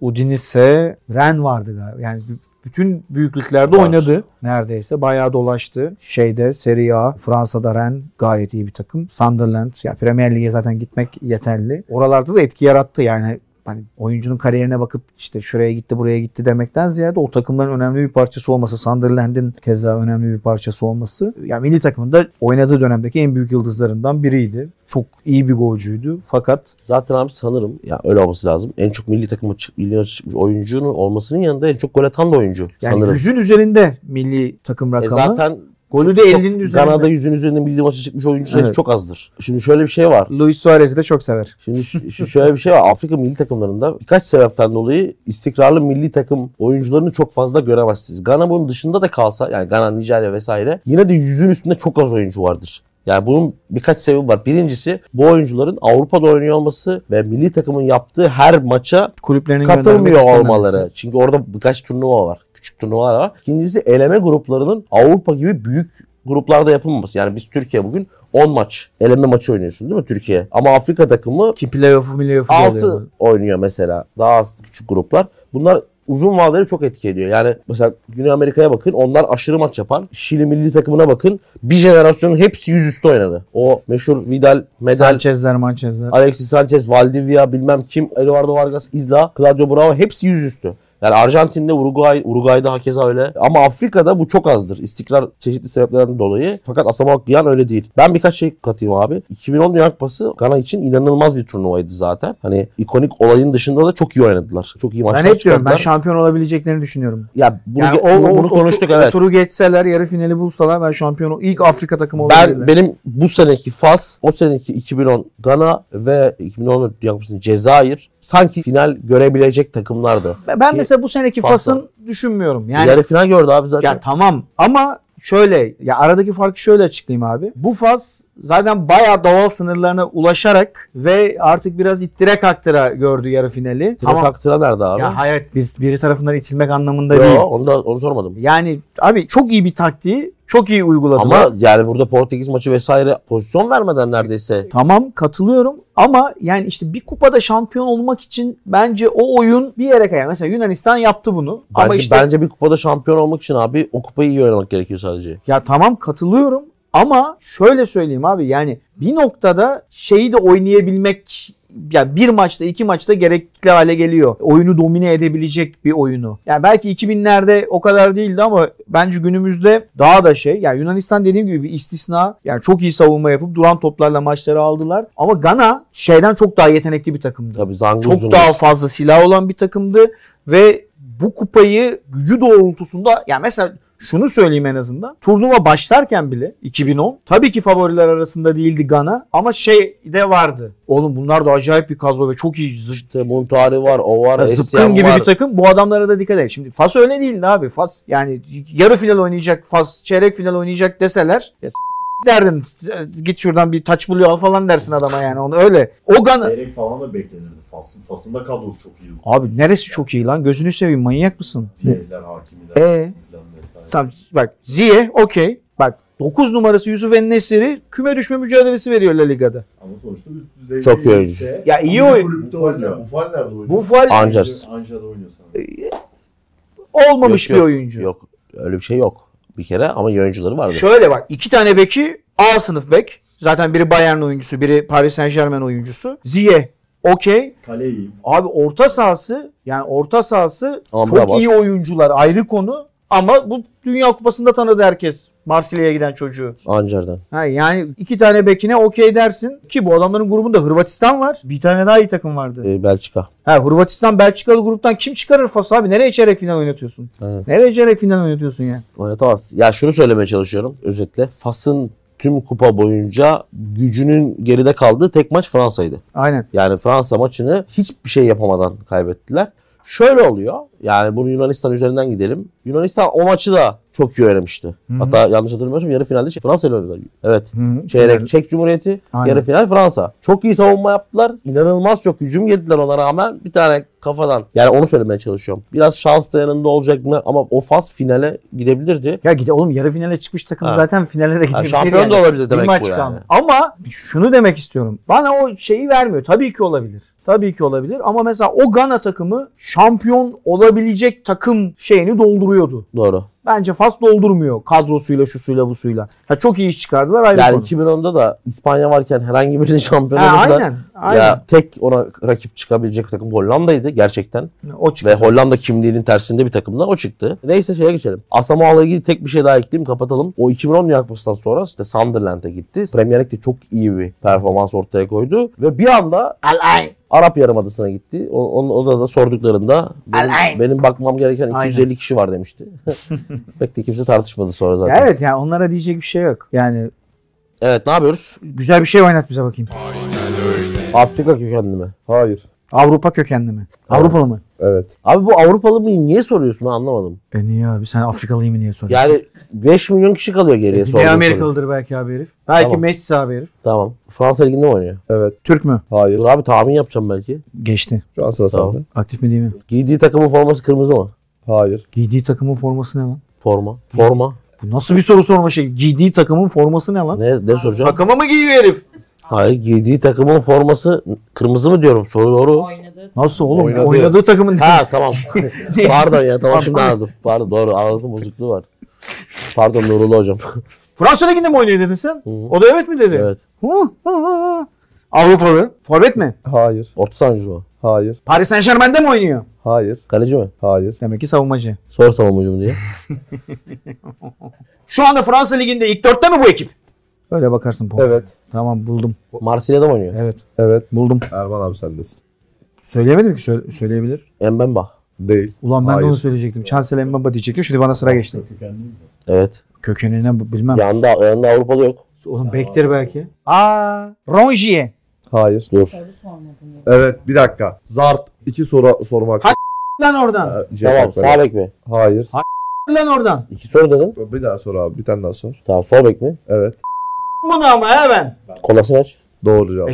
Udinese, Ren vardı galiba. Yani b- bütün büyüklüklerde
Var.
oynadı neredeyse. Bayağı dolaştı. Şeyde Serie A, Fransa'da Ren gayet iyi bir takım. Sunderland, ya Premier Lig'e zaten gitmek yeterli. Oralarda da etki yarattı yani hani oyuncunun kariyerine bakıp işte şuraya gitti buraya gitti demekten ziyade o takımların önemli bir parçası olması, Sunderland'in keza önemli bir parçası olması. Yani milli takımında oynadığı dönemdeki en büyük yıldızlarından biriydi. Çok iyi bir golcüydü fakat
Zaten abi sanırım ya öyle olması lazım. En çok milli takıma çık, milli maça çıkmış oyuncunun olmasının yanında en çok gol atan da oyuncu
yani
sanırım.
yüzün üzerinde milli takım
E
rakamı.
zaten
Golü de
Çok-
50'nin üzerinde.
Gana'da yüzün üzerinden milli maça çıkmış oyuncu sayısı
Evet.
çok azdır. Şimdi şöyle bir şey var.
Luis Suarez'i de çok sever.
Şimdi ş- ş- şöyle bir şey var. Afrika milli takımlarında birkaç sebepten dolayı istikrarlı milli takım oyuncularını çok fazla göremezsiniz. Gana bunun dışında da kalsa yani Gana, Nijerya vesaire yine de yüzün üstünde çok az oyuncu vardır. Yani bunun birkaç sebebi var. Birincisi bu oyuncuların Avrupa'da oynuyor olması ve milli takımın yaptığı her maça
Kulüplerinin göndermek
katılmıyor
istememesi.
olmaları. Çünkü orada birkaç turnuva var. Küçük turnuvalar var. İkincisi eleme gruplarının Avrupa gibi büyük gruplarda yapılmaması. Yani biz Türkiye bugün 10 maç eleme maçı oynuyorsun değil mi Türkiye? Ama Afrika takımı
Ki playoff'u playoff'u da oluyor.
6 oynuyor mesela. Daha az küçük gruplar. Bunlar uzun vadeli çok etki ediyor. Yani mesela Güney Amerika'ya bakın. Onlar aşırı maç yapar. Şili milli takımına bakın. Bir jenerasyonun hepsi yüzüstü oynadı. O meşhur Vidal, Medal,
Sanchez'ler, Manchez'ler.
Alexis Sanchez, Valdivia bilmem kim, Eduardo Vargas, Isla, Claudio Bravo hepsi yüzüstü. Yani Arjantin'de, Uruguay, Uruguay'da hakeza öyle. Ama Afrika'da bu çok azdır. İstikrar çeşitli sebeplerden dolayı. Fakat Asamoah Gyan öyle değil. Ben birkaç şey katayım abi. 2010 Dünya Kupası Gana için inanılmaz bir turnuvaydı zaten. Hani ikonik olayın dışında da çok iyi oynadılar. Çok iyi maçlar
Ben hep diyorum ben
çıkardılar.
şampiyon olabileceklerini düşünüyorum.
ya bunu,
Yani
bunu,
o- o- o-
konuştuk
o-
evet.
Turu geçseler, yarı finali bulsalar ben şampiyon ilk Afrika takımı olabilirler.
Ben benim bu seneki Fas, o seneki 2010 Gana ve 2010 Dünya Kupası'nın Cezayir sanki final görebilecek takımlardı.
Ben, ben mesela bu seneki
Fas'la.
Fas'ın düşünmüyorum. Yani
Yarı final gördü abi zaten.
ya tamam ama şöyle ya aradaki farkı şöyle açıklayayım abi. Bu Fas zaten bayağı doğal sınırlarına ulaşarak ve artık biraz ittire kaktıra gördü yarı finali.
Tamam.
tamam.
Aktıra nerede abi?
Ya hayret bir, biri tarafından itilmek anlamında
Yo,
değil.
onu, da, onu sormadım.
Yani abi çok iyi bir taktiği çok iyi uyguladılar.
Ama yani burada Portekiz maçı vesaire pozisyon vermeden neredeyse.
Tamam katılıyorum ama yani işte bir kupada şampiyon olmak için bence o oyun bir yere kayar. Mesela Yunanistan yaptı bunu
Bence,
ama işte
bence bir kupada şampiyon olmak için abi o kupayı iyi oynamak gerekiyor sadece.
ya tamam katılıyorum ama şöyle söyleyeyim abi yani bir noktada şeyi de oynayabilmek yani bir maçta iki maçta gerekli hale geliyor. Oyunu domine edebilecek bir oyunu. Yani belki 2000'lerde o kadar değildi ama bence günümüzde daha da şey. Yani Yunanistan dediğim gibi bir istisna. Yani çok iyi savunma yapıp duran toplarla maçları aldılar. Ama Gana şeyden çok daha yetenekli bir takımdı.
Tabii Zanguzun.
çok daha fazla silah olan bir takımdı ve bu kupayı gücü doğrultusunda ya mesela şunu söyleyeyim en azından. Turnuva başlarken bile 2010 tabii ki favoriler arasında değildi Gana ama şey de vardı. Oğlum bunlar da acayip bir kadro ve çok iyi zı-
İşte Montari var, o var,
zıpkın
Essien
gibi
var.
bir takım. Bu adamlara da dikkat edin. Şimdi Fas öyle değildi abi. Fas yani yarı final oynayacak Fas, çeyrek final oynayacak deseler ya s- derdin git şuradan bir taç buluyor al falan dersin adama yani onu öyle. O Gana
Çeyrek falan da beklenirdi. Fas'ın, Fas'ın da kadrosu çok iyi.
Abi neresi çok iyi lan? Gözünü seveyim manyak mısın?
Fiyerler, hakimiler.
E?
Ee?
filan vesaire.
Tamam bak Ziye okey. Bak 9 numarası Yusuf Ennesiri küme düşme mücadelesi veriyor La Liga'da.
Ama sonuçta üst düzey
Çok iyi
bir
oyuncu.
ligde-
Ya iyi
Hangi
oyun-
Kulüpte oynuyor. Buffal nerede oynuyor?
Bu fal
Angers. E-
Anja'da oynuyor sanırım.
olmamış
Yok, yok,
bir oyuncu.
Yok öyle bir şey yok bir kere ama iyi oyuncuları vardı.
Şöyle bak iki tane beki A sınıf bek. Zaten biri Bayern oyuncusu, biri Paris Saint Germain oyuncusu. Ziye okey.
Kale iyi.
Abi orta sahası yani orta sahası
Ama
çok
bravo.
iyi oyuncular ayrı konu. Ama bu Dünya Kupası'nda tanıdı herkes. Marsilya'ya giden çocuğu.
Ancar'dan.
Ha, yani iki tane bekine okey dersin ki bu adamların grubunda Hırvatistan var. Bir tane daha iyi takım vardı.
Ee, Belçika.
Ha, Hırvatistan Belçikalı gruptan kim çıkarır Fas abi? Nereye çeyrek final oynatıyorsun?
Evet.
Nereye çeyrek final oynatıyorsun ya?
Oynatamaz. Ya şunu söylemeye çalışıyorum özetle. Fas'ın tüm kupa boyunca gücünün geride kaldığı tek maç Fransa'ydı.
Aynen.
Yani Fransa maçını hiçbir şey yapamadan kaybettiler. Şöyle oluyor. Yani bunu Yunanistan üzerinden gidelim. Yunanistan o maçı da çok iyi oynamıştı. Hatta yanlış hatırlamıyorsam yarı finalde şey- Fransa ile oynadılar. Evet. Çeyrek Çek Cumhuriyeti,
Aynen.
yarı final Fransa. Çok iyi savunma yaptılar. İnanılmaz çok hücum yediler ona rağmen bir tane kafadan. Yani onu söylemeye çalışıyorum. Biraz şans da yanında olacak mı ama o faz finale gidebilirdi.
Ya gide oğlum yarı finale çıkmış takım
Ha.
zaten finale de gidebilir.
Yani şampiyon da olabilir demek
Bir
bu
maç
yani.
kaldı. Ama şunu demek istiyorum. Bana o şeyi vermiyor. Tabii ki olabilir. Tabii ki olabilir ama mesela o Gana takımı şampiyon olabilecek takım şeyini dolduruyordu.
Doğru.
Bence Fas doldurmuyor kadrosuyla, şusuyla, busuyla. Ha çok iyi iş çıkardılar ayrı
Yani
konu.
2010'da da İspanya varken herhangi birinin şampiyon
Ha,
olması da-
aynen. Aynen.
Ya tek ona rakip çıkabilecek takım Hollanda'ydı gerçekten.
o
Ve
çıktı.
Hollanda kimliğinin tersinde bir takımda o çıktı. Neyse şeye geçelim. Asamoah'la ilgili tek bir şey daha ekleyeyim kapatalım. O 2010 Dünya Kupası'ndan sonra işte Sunderland'e gitti. Premier Lig'de çok iyi bir performans ortaya koydu. Ve bir anda
Alay.
Arap Yarımadası'na gitti. O, onun odada sorduklarında benim, benim bakmam gereken 250 kişi var demişti. Pek de kimse tartışmadı sonra zaten.
Ya
Evet.
evet yani onlara diyecek bir şey yok. Yani
ne yapıyoruz?
güzel bir şey oynat bize bakayım.
Afrika kökenli mi?
Hayır.
Avrupa kökenli mi? Avrupalı mı?
Evet.
Abi bu Avrupalı mı niye soruyorsun ben anlamadım.
E niye abi sen Afrikalıyım niye soruyorsun?
Yani 5 milyon kişi kalıyor geriye sorduğun
Güney
soru.
Amerikalıdır belki abi herif. Belki
Tamam.
Messi abi herif.
Tamam. Fransa Ligi'nde mi oynuyor?
Evet.
Türk mü?
Hayır.
Dur abi tahmin yapacağım belki.
Geçti.
Şu an sıra
Tamam.
sende.
Aktif mi değil mi?
Giydiği takımın forması kırmızı mı?
Hayır.
Giydiği takımın forması ne lan?
Forma. Forma.
Bu nasıl bir soru sorma şey? Giydiği takımın forması ne lan?
Ne, ne soracağım?
Takımı mı giyiyor herif?
Hayır giydiği takımın forması kırmızı mı diyorum soru doğru.
Oynadığı
Nasıl oğlum?
Oynadı.
Oynadığı takımın
Ha tamam. Pardon ya tamam şimdi anladım. Pardon doğru anladım bozukluğu var. Pardon Nurullu hocam.
Fransa Ligi'nde mi oynuyor dedin sen?
Hı.
O da evet mi dedi?
evet.
Hı, hı, hı. Avrupalı. Forvet mi?
Hayır.
Orta sancı mı?
Hayır.
Paris Saint Germain'de mi oynuyor?
Hayır.
Kaleci mi?
Hayır.
Demek ki savunmacı.
Sor savunmacım diye.
Şu anda Fransa Ligi'nde ilk dörtte mi bu ekip? Öyle bakarsın. Paul.
Evet.
Tamam buldum.
Marsilya'da mı oynuyor?
Evet
Evet.
buldum.
Erman abi sendesin.
Söyleyemedim ki söyle- söyleyebilir.
Mbemba.
Değil.
Ulan ben
Hayır.
de onu söyleyecektim. Chancel Mbaba diyecektim. Şimdi bana sıra geçti.
Evet.
Kökenine bu- bilmem.
Yanında, yanında Avrupalı yok.
Oğlum bektir belki. Aa, Rongier.
Hayır.
Dur.
soru sormadım ya.
Evet bir dakika. Zart. iki soru sormak.
Ha- Lan oradan.
Tamam sağ bek mi?
Hayır.
Lan oradan.
İki soru dedim.
Bir daha sor abi. Bir tane daha sor.
Tamam sol bek mi?
Evet.
Bunu ama he ben.
Kolasinac.
Doğru cevap.
E,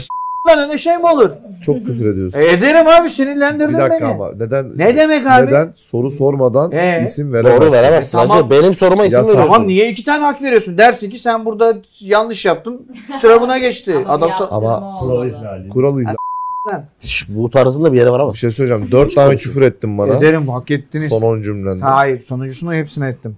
Lan öyle şey mi olur?
Çok küfür ediyorsun.
E, ederim abi sinirlendirdin
bir dakika
beni.
ama. Neden?
Ne demek abi?
Neden soru sormadan
Ee?
isim veremezsin?
Doğru veremezsin.
E, tamam.
Hacı, Benim soruma isim
Ya,
veriyorsun.
Tamam niye iki tane hak veriyorsun? Dersin ki sen burada yanlış yaptın. Sıra buna geçti.
Ama
Adam
bir
sa-
yaptırma
Ama-
olmalı.
Kural izle.
Şş, Bu tarzında bir yere
Bir
varamazsın.
şey söyleyeceğim. Dört tane küfür ettin bana.
Ederim hak ettiniz.
Son on cümlende.
Hayır sonuncusunu hepsine ettim.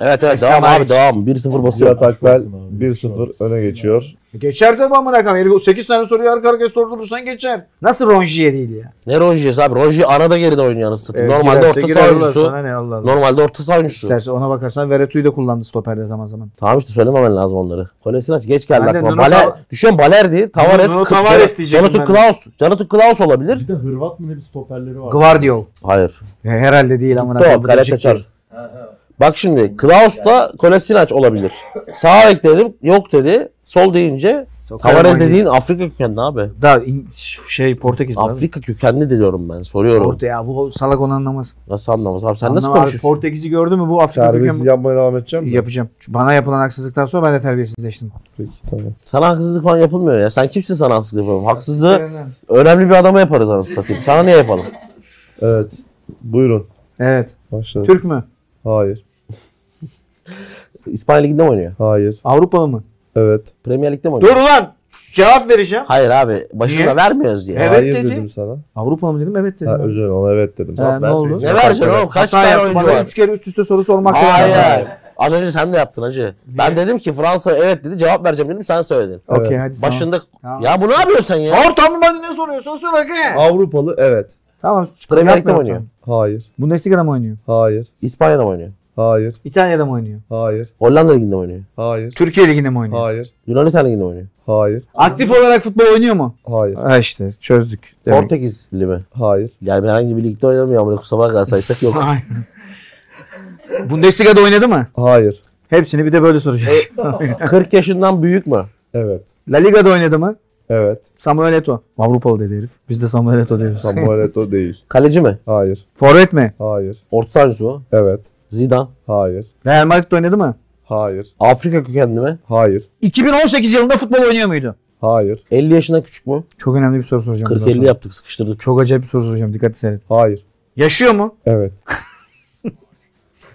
Evet evet
İslam
devam
hariç.
abi devam. 1-0 basıyor.
Cihat Akbel 1-0 öne geçiyor.
Geçer tabii amına koyayım. 8 tane soruyu arka arkaya sordurursan geçer. Nasıl Rongier değil ya?
Ne Ronji'yiz abi? Ronji arada geride oynuyor anasını satayım.
Evet,
Normalde
girerse
orta
girer,
saha
Sana
oyuncusu.
ne Allah Allah.
Normalde orta saha oyuncusu.
İsterse ona bakarsan Veretu'yu da kullandı stoperde zaman zaman.
Tamam işte söylememen lazım onları. Kolasinac geç geldi
Ben de
aklıma.
Nuno
Baler,
Tav-
düşün Balerdi, Tavares,
Nuno
Kı-
Tavares diyecektim ben
Jonathan
de.
Klaus. Jonathan Klaus olabilir.
Bir de Hırvat mı ne bir stoperleri var.
Guardiol.
Hayır.
E, Herhalde değil amına
Doğru,
koyayım.
kale
Gıcık
kaçar.
değil.
Bak şimdi Klaus'la Kolasinac olabilir. Sağ bek dedim, yok dedi. Sol deyince
Sokarım
Tavares
oyunu.
dediğin Afrika kökenli abi.
Da in- şey Portekizli abi.
Afrika kökenli diyorum ben, soruyorum.
Porte ya bu salak onu anlamaz.
Nasıl anlamaz abi? Sen nasıl
Anlamaz.
konuşuyorsun?
Portekiz'i gördü mü bu Afrika
Terbiyesiz
kökenli
yapmaya devam edeceğim mi?
yapacağım. Şu Bana yapılan haksızlıktan sonra ben de terbiyesizleştim.
Peki tamam.
Sana haksızlık falan yapılmıyor ya. Sen kimsin sana haksızlık yapalım? Haksızlığı önemli bir adama yaparız anasını satayım. Sana niye yapalım?
Evet. Buyurun.
Evet.
Başladık.
Türk mü?
Hayır.
İspanya Ligi'nde mi oynuyor?
Hayır.
Avrupalı mı?
Evet.
Premier Lig'de mi oynuyor?
Dur ulan! Cevap vereceğim.
Hayır abi başında
Niye?
vermiyoruz diye.
Evet
Hayır
dedi.
dedim sana.
Avrupalı mı dedim evet dedim.
Ha, özür dilerim ona evet dedim. şey
Ha, ne oldu?
Ne vereceksin oğlum? Kaç
Hata
tane
yaptım.
oyuncu
Bana
var?
üç kere üst üste soru sormak lazım.
Hayır. Az önce sen de yaptın hacı. Ben dedim ki Fransa evet dedi cevap vereceğim dedim sen söyledin.
Okey
Evet.
hadi
Başında
Tamam.
ya bu ne yapıyorsun sen ya?
tamam. Sor tamam hadi ne soruyorsan sor hadi.
Avrupalı evet.
Tamam.
Premier Lig'de mi
yapmayalım
oynuyor?
tamam.
Hayır.
Bundesliga'da mı oynuyor?
Hayır.
İspanya'da mı oynuyor?
Hayır.
İtalya'da mı oynuyor?
Hayır.
Hollanda Ligi'nde mi oynuyor?
Hayır.
Türkiye Ligi'nde mi oynuyor?
Hayır.
Yunanistan Ligi'nde mi oynuyor?
Hayır.
Aktif olarak futbol oynuyor mu?
Hayır.
Ha işte çözdük.
Portekiz Ligi mi?
Hayır.
Yani herhangi bir ligde oynamıyor ama sabah kadar saysak yok.
Aynen. Bundesliga'da oynadı mı? E-
Hayır.
Hepsini bir de böyle soracağız.
40 yaşından büyük mü?
Evet.
La Liga'da oynadı mı?
Evet.
Samuel Eto'o. Avrupalı dedi herif. Biz de Samuel Eto'o deriz.
Samuel Eto'o değil.
Kaleci mi?
Hayır.
Forvet mi?
Hayır.
Orta sancısı mı?
Evet.
Zidane.
Hayır.
Real Madrid'de oynadı mı?
Hayır.
Afrika kökenli mi?
Hayır.
2018 yılında futbol oynuyor muydu?
Hayır.
50 yaşından küçük mü?
Çok önemli bir soru soracağım. bundan
40-50
sonra.
yaptık sıkıştırdık.
Çok acayip bir soru soracağım. Dikkat seyret.
Hayır.
Yaşıyor mu?
Evet.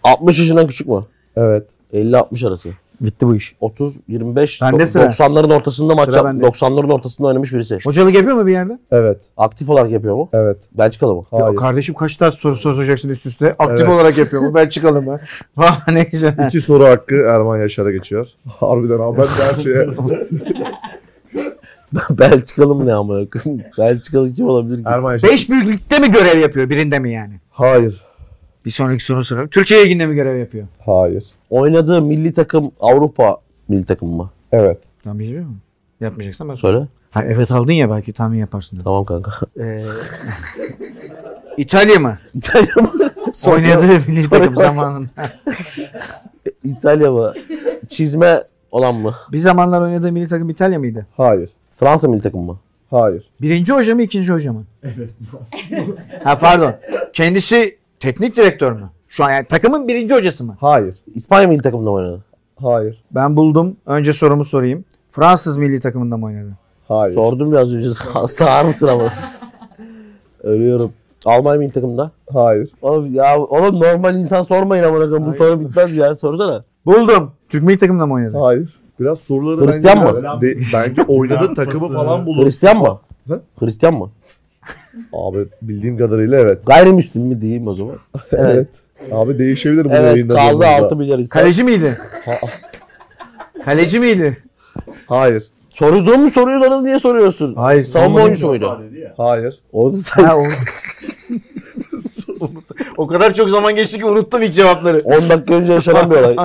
60 yaşından küçük mü?
Evet.
50-60 arası.
Bitti bu iş.
30 25
Bende
do-
sıra.
90'ların ortasında maç
Sıra
yap-
bende.
90'ların ortasında oynamış birisi.
Hocalık yapıyor mu bir yerde?
Evet.
Aktif olarak yapıyor mu?
Evet.
Belçikalı mı?
Ya
Hayır.
kardeşim kaç tane soru soracaksın üst üste? Aktif
Evet.
olarak yapıyor mu? Ben çıkalım ha. Vah ne güzel.
İki soru hakkı Erman Yaşar'a geçiyor. Harbiden abi ben de her şeye...
Belçikalı mı ne amına koyayım? Belçikalı kim olabilir ki?
Erman Yaşar.
Beş büyük ligde mi görev yapıyor? Birinde mi yani?
Hayır.
Bir sonraki soru soralım. Türkiye liginde mi görev yapıyor?
Hayır.
Oynadığı milli takım Avrupa milli takım mı?
Evet.
Tam biliyor musun? Yapmayacaksan ben
Söyle.
Ha, evet aldın ya belki tahmin yaparsın. dedim.
Tamam kanka.
Ee, İtalya mı?
İtalya mı? Sonra-
Oynadığı milli
sonra-
takım zamanında.
İtalya mı? Çizme olan mı?
Bir zamanlar oynadığı milli takım İtalya mıydı?
Hayır.
Fransa milli takım mı?
Hayır.
Birinci hoca mı ikinci hoca mı? Evet. ha pardon. Kendisi teknik direktör mü? Şu an yani takımın birinci hocası mı?
Hayır.
İspanya milli takımında mı oynadı?
Hayır.
Ben buldum. Önce sorumu sorayım. Fransız milli takımında mı oynadı?
Hayır.
Sordum biraz önce. Sağır mısın ama? Ölüyorum. Almanya milli takımında.
Hayır.
Oğlum ya oğlum normal insan sormayın amına koyayım. Bu
Hayır.
soru bitmez ya. Sorsana.
Buldum. Türk milli takımında mı oynadı?
Hayır. Biraz soruları
Hristiyan
bence,
mı?
biraz de- bence oynadığı takımı
Kupası.
falan bulun.
Hristiyan mı?
Ne?
Hristiyan mı?
Abi bildiğim kadarıyla evet.
Gayrimüslim mi diyeyim o zaman.
Evet. Abi değişebilir bu
Evet
yayından
kaldı
sonra.
6 milyar insan.
Kaleci miydi? Kaleci miydi?
Hayır.
Sorduğum mu soruyorlar diye soruyorsun.
Hayır,
Savunma
savunma
oyuncusu muydu?
Dedi ya.
Hayır.
Orada
Ha,
sen
o... Unuttum. o kadar çok zaman geçti ki unuttum ilk cevapları.
10 dakika önce yaşanan bir olay.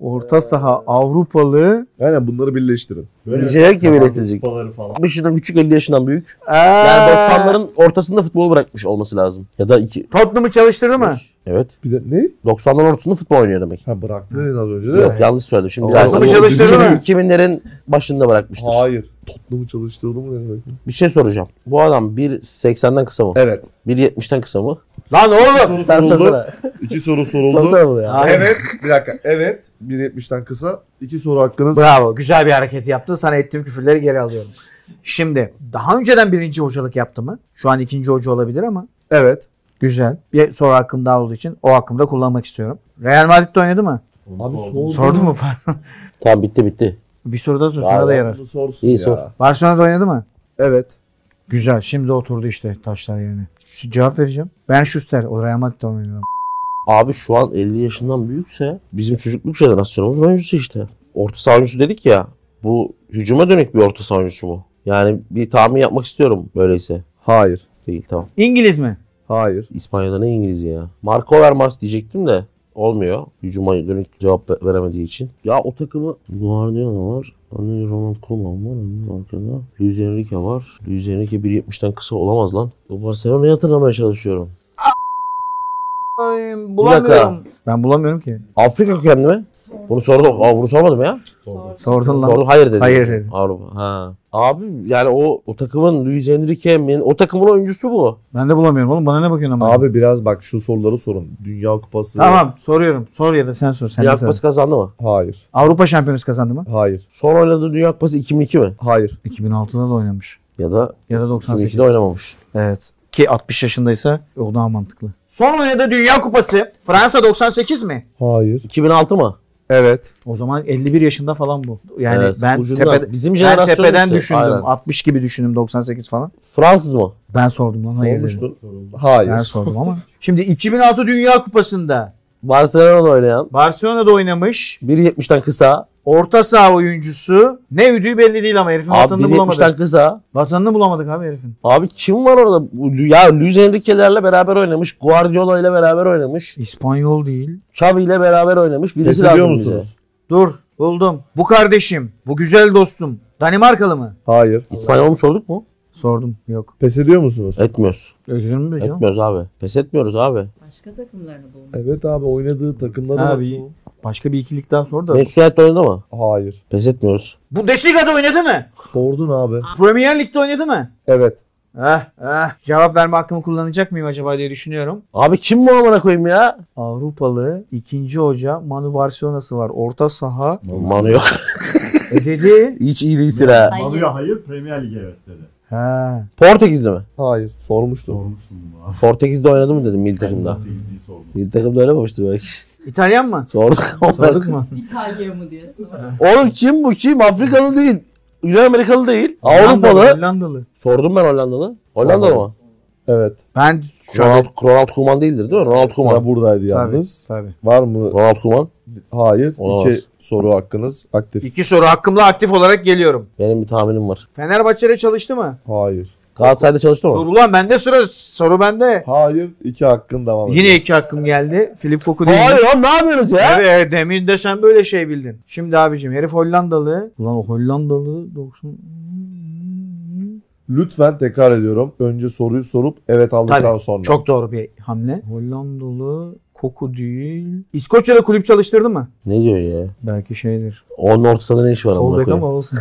Orta saha Avrupalı.
Aynen bunları birleştirin.
Böyle
Nijerya'yı kim
yapan
şey birleştirecek?
Kupaları falan.
60 yaşından küçük 50 yaşından büyük. Yani
Aa,
90'ların ortasında futbolu bırakmış olması lazım. Ya da 2.
Tottenham'ı çalıştırdı mı?
Evet.
Bir de ne?
90'ların ortasında futbol oynuyor demek.
Ha bıraktın az önce de.
Yok yanlış söyledim. Şimdi
Ama
biraz-
bunu çalıştırdı mı?
2000'lerin başında bırakmıştır.
Hayır. Tottenham'ı çalıştırdı mı ne demek?
Bir şey soracağım. Bu adam 1.80'den kısa mı?
Evet.
1.70'den kısa mı?
Lan oğlum.
soru
Sen
soruldu.
sorsana.
İki soru soruldu.
Sorsana bunu ya.
Aa,
Evet. Bir dakika. Evet. 1.70'ten kısa. İki soru hakkınız.
Bravo. Güzel bir hareket yaptın. Sana ettiğim küfürleri geri alıyorum. Şimdi daha önceden birinci hocalık yaptı mı? Şu an ikinci hoca olabilir ama.
Evet.
Güzel. Bir soru hakkım daha olduğu için o hakkımı da kullanmak istiyorum. Real Madrid'de oynadı mı?
Abi sordu.
Sordu mu? Pardon.
Tamam bitti bitti.
bir soru daha sor. Sana da
Vallahi.
yarar.
Bunu sorsun
İyi
ya.
sor.
Barcelona'da oynadı mı?
Evet.
Güzel. Şimdi oturdu işte taşlar yerine. Şu- Cevap vereceğim. Ben Schuster. O Real Madrid'de oynadı.
Abi şu an 50 yaşından büyükse bizim çocukluk jenerasyonumuz oyuncusu işte. Orta saha oyuncusu dedik ya. Bu hücuma dönük bir orta saha oyuncusu mu? Yani bir tahmin yapmak istiyorum böyleyse.
Hayır.
Değil tamam.
İngiliz mi?
Hayır.
İspanya'da ne İngilizce ya? Marco Overmars diyecektim de olmuyor. Hücuma dönük cevap ve- veremediği için. Ya o takımı Guardiola var. Anne Ronald Koeman var. Anne arkada. Luis Enrique var. Luis Enrique 1.70'den kısa olamaz lan. O Barcelona'yı hatırlamaya çalışıyorum. bulamıyorum.
Ben bulamıyorum ki.
Afrika kökenli mi? Bunu sordum. Aa, bunu sormadım ya.
Sordun lan.
Sordum, hayır dedi.
Hayır dedi.
Avrupa. Ha. Abi yani o o takımın Luis Enrique min- o takımın oyuncusu bu.
Ben de bulamıyorum oğlum. Bana ne bakıyorsun ama?
Abi biraz bak şu soruları sorun. Dünya Kupası.
Tamam soruyorum. Sor ya da sen sor. Sen
Dünya
de sor.
Kupası kazandı mı?
Hayır.
Avrupa Şampiyonası kazandı mı?
Hayır.
Son oynadığı Dünya Kupası 2002 mi?
Hayır.
2006'da da oynamış.
Ya da
Ya da 98.
2002'de oynamamış.
Evet. Ki 60 yaşındaysa o daha mantıklı. Son oynadığı Dünya Kupası Fransa 98 mi?
Hayır.
2006 mı?
Evet.
O zaman 51 yaşında falan bu. Yani
Evet,
ben,
ucundan.
tepede-
Bizim
ben
jenerasyon
tepeden
işte,
düşündüm.
aynen.
60 gibi düşündüm 98 falan.
Fransız mı?
Ben sordum lan hayır. dedim.
Olmuştu. Hayır.
Ben sordum ama. Şimdi 2006 Dünya Kupası'nda
Barcelona'da oynayan.
Barcelona'da oynamış
1.70'den kısa.
orta saha oyuncusu ne üdüğü belli değil ama herifin
Abi
vatanını
1.70'den
bulamadık.
kısa.
Vatanını bulamadık abi herifin.
Abi kim var orada? Bu- Ya Luis Enrique'lerle beraber oynamış. Guardiola ile beraber oynamış.
İspanyol değil.
Xavi ile beraber oynamış. Birisi
Kesiliyor
lazım bize.
musunuz?
Dur buldum. Bu kardeşim, bu güzel dostum Danimarkalı mı?
Hayır.
İspanyol mu sorduk mu?
Sordum. Yok.
Pes ediyor musunuz?
Etmiyoruz.
Ödülür mü be canım?
Etmiyoruz abi. Pes etmiyoruz abi.
Başka takımlarını bulmuş.
Evet abi oynadığı takımları
Abi başka bir ikilik daha sor da.
Manchester United oynadı mı?
Hayır.
Pes etmiyoruz.
Bundesliga'da oynadı mı?
Sordun abi.
Premier Lig'de oynadı mı?
Evet.
Eh, eh. Cevap verme hakkımı kullanacak mıyım acaba diye düşünüyorum.
Abi kim bu amına koyayım ya?
Avrupalı ikinci hoca Manu Barcelona'sı var. Orta saha.
Manu yok.
E dedi.
Hiç iyi değilsin ha.
Hayır.
Manu'ya hayır, Premier Lig'e evet dedi.
Ha.
Portekizli mi?
Hayır. Sormuştum.
Sormuşsun bunu abi.
Portekiz'de oynadı mı dedim milli takımda.
Portekizli'yi sordum.
Milli takımda oynamamıştır belki.
İtalyan mı?
Sorduk
Sorduk
ama.
mu?
İtalya mı diye sor.
Oğlum kim bu kim? Afrikalı değil. Güney Amerikalı değil.
Hollandalı,
Avrupalı.
Hollandalı.
Sordum ben Hollandalı. Hollandalı mı?
Evet.
Ben
Ronald, Ronald Koeman değildir değil mi? Ronald
Sıra
Koeman.
buradaydı
Tabii,
yalnız.
tabii.
Var mı?
Ronald Koeman.
Hayır.
Olamaz.
İki soru hakkınız aktif.
İki soru hakkımla aktif olarak geliyorum.
Benim bir tahminim var.
Fenerbahçe'de çalıştı mı?
Hayır.
Galatasaray'da çalıştı mı?
Dur ulan bende sıra soru bende.
Hayır. iki hakkın devam ediyor.
Yine iki hakkım geldi. Filip Koku değil.
Hayır oğlum ne yapıyorsunuz ya?
Evet demin de sen böyle şey bildin. Şimdi abicim herif Hollandalı. Ulan o Hollandalı 90...
Lütfen tekrar ediyorum. Önce soruyu sorup evet aldıktan
Tabii,
sonra.
Çok doğru bir hamle. Hollandalı koku değil. İskoçya'da kulüp çalıştırdı mı?
Ne diyor ya?
Belki şeydir.
Onun orta sahada ne iş var
Sol
amına
bek ama
koyayım?
olsun.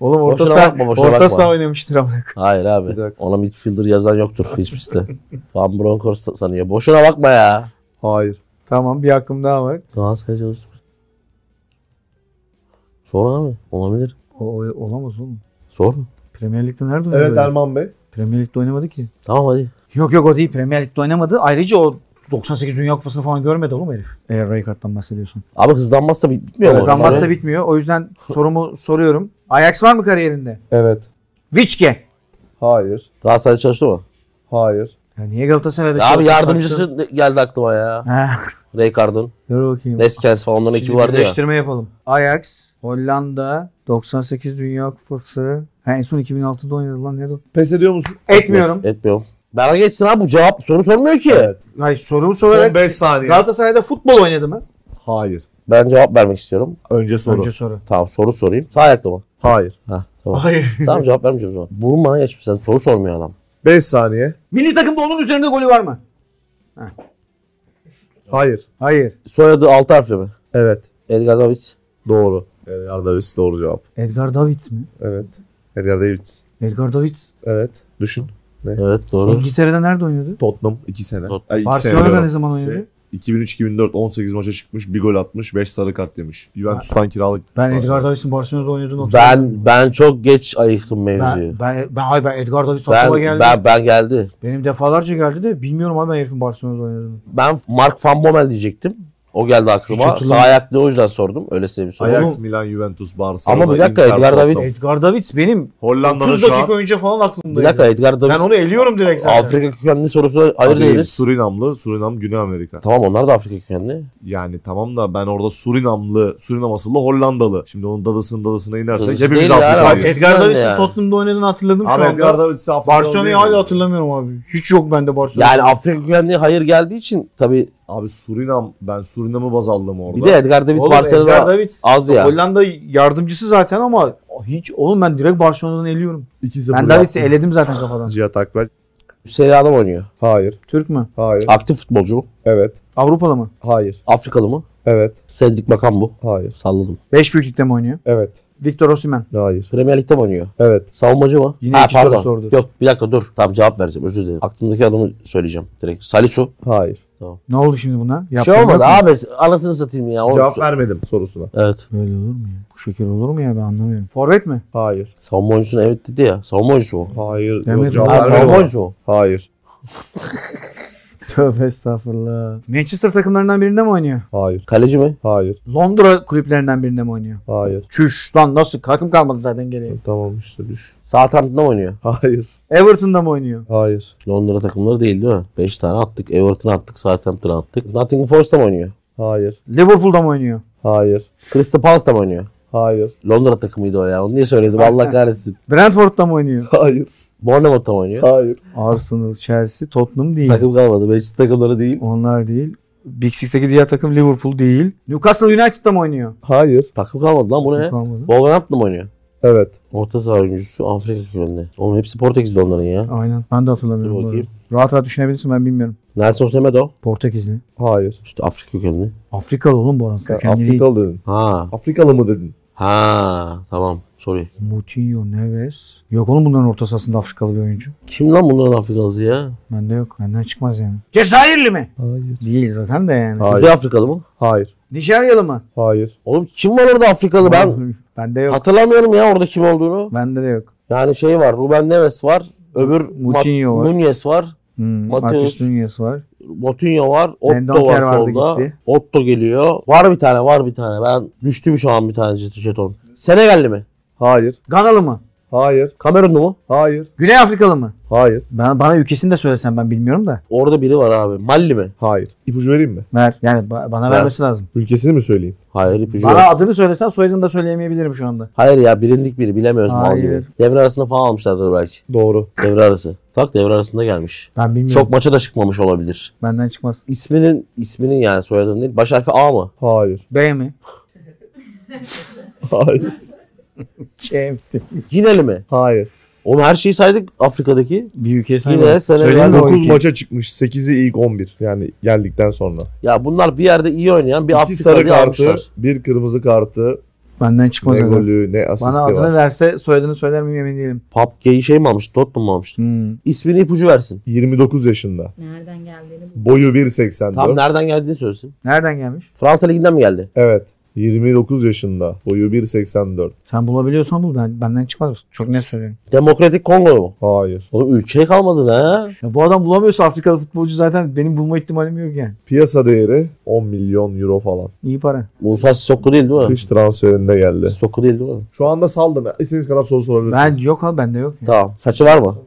Oğlum orta
Boşuna
saha
bakma, boşuna
orta
bakma.
saha oynamıştır ama.
Hayır
Bir
abi.
dakika.
Ona midfielder yazan yoktur hiçbir site. Van Bronckhorst sanıyor. Boşuna bakma ya.
Hayır.
Tamam bir hakkım daha var.
Galatasaray'da çalıştı. Sor abi. Olabilir.
O, o- olamaz oğlum.
Sor.
Premier Lig'de nerede oynadı?
Evet
herif?
Erman Bey.
Premier Lig'de oynamadı ki.
Tamam hadi.
Yok yok o değil. Premier Lig'de oynamadı. Ayrıca o 98 Dünya Kupası'nı falan görmedi oğlum herif. Eğer Rijkaard'dan bahsediyorsun.
Abi hızlanmazsa bit- bitmiyor mu?
Rijkaard'dan bitmiyor. O yüzden sorumu soruyorum. Ajax var mı kariyerinde?
Evet.
Vichke.
Hayır.
Galatasaray'da çalıştı mı?
Hayır.
Ya niye Galatasaray'da
Ya abi
çalışıyor?
yardımcısı ne- geldi aklıma ya.
Ha,
Rijkaard'ın,
dur bakayım.
Neskens falan onların ekibi
Şimdi
vardı ya.
birleştirme yapalım. Ajax, Hollanda, 98 Dünya Kupası. Ha, en son 2006'da oynadı lan. Nerede? o?
Pes ediyor musun?
Etmiyorum.
Etmiyorum. Bana geçsin abi bu cevap soru sormuyor ki.
Evet.
Hayır sorumu
Son
sorarak
5 saniye.
Galatasaray'da futbol oynadı mı?
Hayır.
Ben cevap vermek istiyorum.
Önce soru.
Önce soru.
Tamam soru sorayım. Sağ ayakta mı?
Hayır.
Ha tamam.
Hayır.
tamam cevap vermeyeceğim o zaman. Burun bana geçmiş sen soru sormuyor adam.
5 saniye.
Milli takımda onun üzerinde golü var mı?
Hayır.
Hayır.
Soyadı altı harfli mi?
Evet.
Edgar Davids.
Doğru. Edgar Davids doğru cevap.
Edgar Davids mi?
Evet. Edgar Davids.
Edgar Davids.
Evet. Düşün.
Evet doğru.
İngiltere'de nerede oynuyordu?
Tottenham 2 sene.
Tot-
Ay, iki sene
Barcelona'da
diyorum.
ne zaman oynadı?
Şey, 2003-2004 18 maça çıkmış. Bir gol atmış. 5 sarı kart yemiş. Juventus'tan kiralık. gitmiş
ben
Barcelona.
Edgar Davids'in Barcelona'da oynadığını hatırlıyorum.
Ben ben çok geç ayıktım mevzuyu.
ben, ben, ben, hayır ben Edgar Davids
Ben
aklıma
ben,
geldi.
ben, geldi.
Benim defalarca geldi de bilmiyorum abi ben herifin Barcelona'da oynadığını.
Ben Mark Van Bommel diyecektim. O geldi aklıma. Sağ
hatırlamıyorum.
ayaklı o yüzden sordum. Öylesine bir soru.
Ajax,
Oğlum-
Milan, Juventus, Barcelona,
Ama bir dakika,
Inter,
Edgar
Tottenham.
Davids-
Edgar Davids benim
Hollanda'da
30
şu an
dakika önce falan aklımdaydı.
Bir dakika Edgar
Ben
Davids
onu eliyorum direkt zaten.
Afrika kökenli sorusuna
Hayır
ayrı değiliz.
Surinamlı, Surinam Güney Amerika.
Tamam onlar da Afrika kökenli.
Yani tamam da ben orada Surinamlı, Surinam asıllı Hollandalı. Şimdi onun dadasının dadasına inersek
Dadası
hepimiz
değil ya,
Afrikalıyız.
abi.
Edgar
Yani.
Davids'in Tottenham'da oynadığını hatırladım şu
Abi
anda.
Edgar Davids Afrikalı
Barcelona'yı
değil
hala
yani.
hatırlamıyorum abi. Hiç yok bende Barcelona.
Yani Afrika kökenli hayır geldiği için tabii
Abi Surinam, ben Surinam'ı baz aldım orada.
bir de Edgar Davids
Oğlum,
Barcelona
Edgar Davids
az ya.
Hollanda yardımcısı zaten ama hiç oğlum ben direkt Barcelona'dan eliyorum.
2-0
Ben Davids'i eledim zaten kafadan.
Cihat Akbel.
Serie A'da mı oynuyor?
Hayır,
Türk mü?
hayır,
Aktif futbolcu mu?
evet,
Avrupalı mı?
hayır,
Afrikalı mı?
evet,
Cedric Bakan bu.
hayır,
Salladım.
Beş büyüklükte mi oynuyor?
evet,
Victor Osimhen.
hayır,
Premier Lig'de mi oynuyor?
evet.
Savunmacı mı?
Yine iki soru sordu.
Yok bir dakika dur. Tamam cevap vereceğim özür dilerim. Aklımdaki adamı söyleyeceğim direkt. Salisu.
Hayır.
Ne oldu şimdi buna? Yaptığım
şey olmadı
yok mu?
abi anasını satayım ya. Oğlum,
Cevap
so-
vermedim sorusuna.
Evet.
Böyle olur mu ya? Bu şekil olur mu ya ben anlamıyorum. Forvet mi?
Hayır,
Savunma oyuncusuna evet dedi ya. Savunma oyuncusu mu?
hayır.
Demedim.
Yok, cevap
Abi,
Ha,
vermedim.
savunma oyuncusu mu?
Hayır,
Tövbe estağfurullah. Manchester takımlarından birinde mi oynuyor?
hayır,
Kaleci mi?
hayır,
Londra kulüplerinden birinde mi oynuyor?
hayır.
Çüş lan nasıl? Takım kalmadı zaten geriye.
Tamam işte düş.
Southampton'da mı oynuyor?
Hayır,
Everton'da mı oynuyor?
hayır,
Londra takımları değil değil mi? 5 tane attık. Everton'a attık. Southampton'a attık. Nottingham Forest'ta mı oynuyor?
hayır,
Liverpool'da mı oynuyor?
hayır,
Crystal Palace'ta mı oynuyor?
hayır,
Londra takımıydı o ya. Onu niye söyledim? Allah kahretsin.
Brentford'da mı oynuyor?
hayır,
Bournemouth'ta mı oynuyor?
hayır.
Arsenal, Chelsea, Tottenham değil.
Takım kalmadı. Manchester takımları değil.
Onlar değil. Big Six'teki diğer takım Liverpool değil. Newcastle United'da mı oynuyor?
Hayır.
Takım kalmadı lan bu ne?
Kalmadı.
Wolverhampton'da mı oynuyor?
Evet.
Orta saha oyuncusu Afrika kökenli. Oğlum hepsi Portekizli onların ya.
Aynen. Ben de hatırlamıyorum.
Dur
bu
bakayım.
arada. Rahat rahat düşünebilirsin ben bilmiyorum.
Nelson Semedo.
Portekizli.
Hayır.
İşte Afrika kökenli.
Afrikalı oğlum bu adam.
Sen
Kökenli değil.
Afrikalı dedin.
Ha.
Afrikalı mı dedin?
Ha. Tamam. Sorry.
Moutinho, Neves. Yok oğlum bunların orta sahasında Afrikalı bir oyuncu.
Kim lan bunların Afrikalısı ya?
Bende yok. Benden çıkmaz yani. Cezayirli mi?
Hayır.
Değil zaten de yani.
Hayır.
Kuzey Afrikalı mı?
Hayır.
Nijeryalı mı?
Hayır.
Oğlum kim var orada Afrikalı? Ben
Bende yok.
hatırlamıyorum ya orada kim olduğunu.
Bende de yok.
Yani şey var. Ruben Neves var. Öbür
Moutinho var.
Nunez var.
Hmm,
Mateus.
Marcus Nunez var.
Moutinho var. Otto
Endoker
var
vardı
solda.
gitti.
Otto geliyor. Var bir tane var bir tane. Ben düştüm şu an bir tane jet- jeton. Senegalli mi?
Hayır.
Ganalı mı?
Hayır.
Kamerunlu mu?
Hayır.
Güney Afrikalı mı?
Hayır.
Ben, bana ülkesini de söylesen ben bilmiyorum da.
Orada biri var abi. Malli mi?
Hayır. İpucu vereyim mi?
Ver. Yani ba- bana
Ver.
vermesi lazım.
Ülkesini mi söyleyeyim?
Hayır ipucu yok.
Bana adını söylesen soyadını da söyleyemeyebilirim şu anda.
Hayır ya bilindik biri bilemiyoruz mal
Hayır.
gibi. Devre arasında falan almışlardır belki.
Doğru.
Devre arası. Tak devre arasında gelmiş.
Ben bilmiyorum.
Çok maça da çıkmamış olabilir.
Benden çıkmaz.
İsminin isminin yani soyadının değil. Baş harfi A mı?
Hayır.
B mi?
Hayır.
Çevti.
Gineli mi?
Hayır.
Oğlum her şeyi saydık Afrika'daki.
Bir ülkeye
Yine
saymadım.
sana
Söyleyeyim mi
verdim.
o
9
ülkeyi?
maça çıkmış. 8'i ilk 11. Yani geldikten sonra.
Ya bunlar bir yerde iyi oynayan bir
İki sarı
Afrika diye
kartı,
almışlar.
bir kırmızı kartı,
Benden
ne
çıkmaz. herhalde.
golü ne asisti
Bana adını
var.
verse soyadını söyler miyim emin değilim.
Papke'yi şey mi almış? Tottenham mı almış?
Hmm.
İsmini ipucu versin.
29 yaşında.
Nereden geldiğini bu.
Boyu
Tam
1.84.
nereden geldiğini söylesin.
Nereden gelmiş?
Fransa Ligi'nden mi geldi?
Evet. 29 yaşında. Boyu 1.84.
Sen bulabiliyorsan bul. Ben, benden çıkmaz. Çok ne söylüyorum.
Demokratik Kongo mu?
Hayır.
Oğlum ülke kalmadı da ha.
Ya bu adam bulamıyorsa Afrikalı futbolcu zaten benim bulma ihtimalim yok yani.
Piyasa değeri 10 milyon euro falan.
İyi para.
Musa Sissoko değil değil mi?
Kış transferinde geldi.
Sissoko değil değil mi?
Şu anda saldım. İstediğiniz kadar soru
Ben
sorabilirsiniz.
yok abi bende yok. ya.
Tamam. Saçı var mı?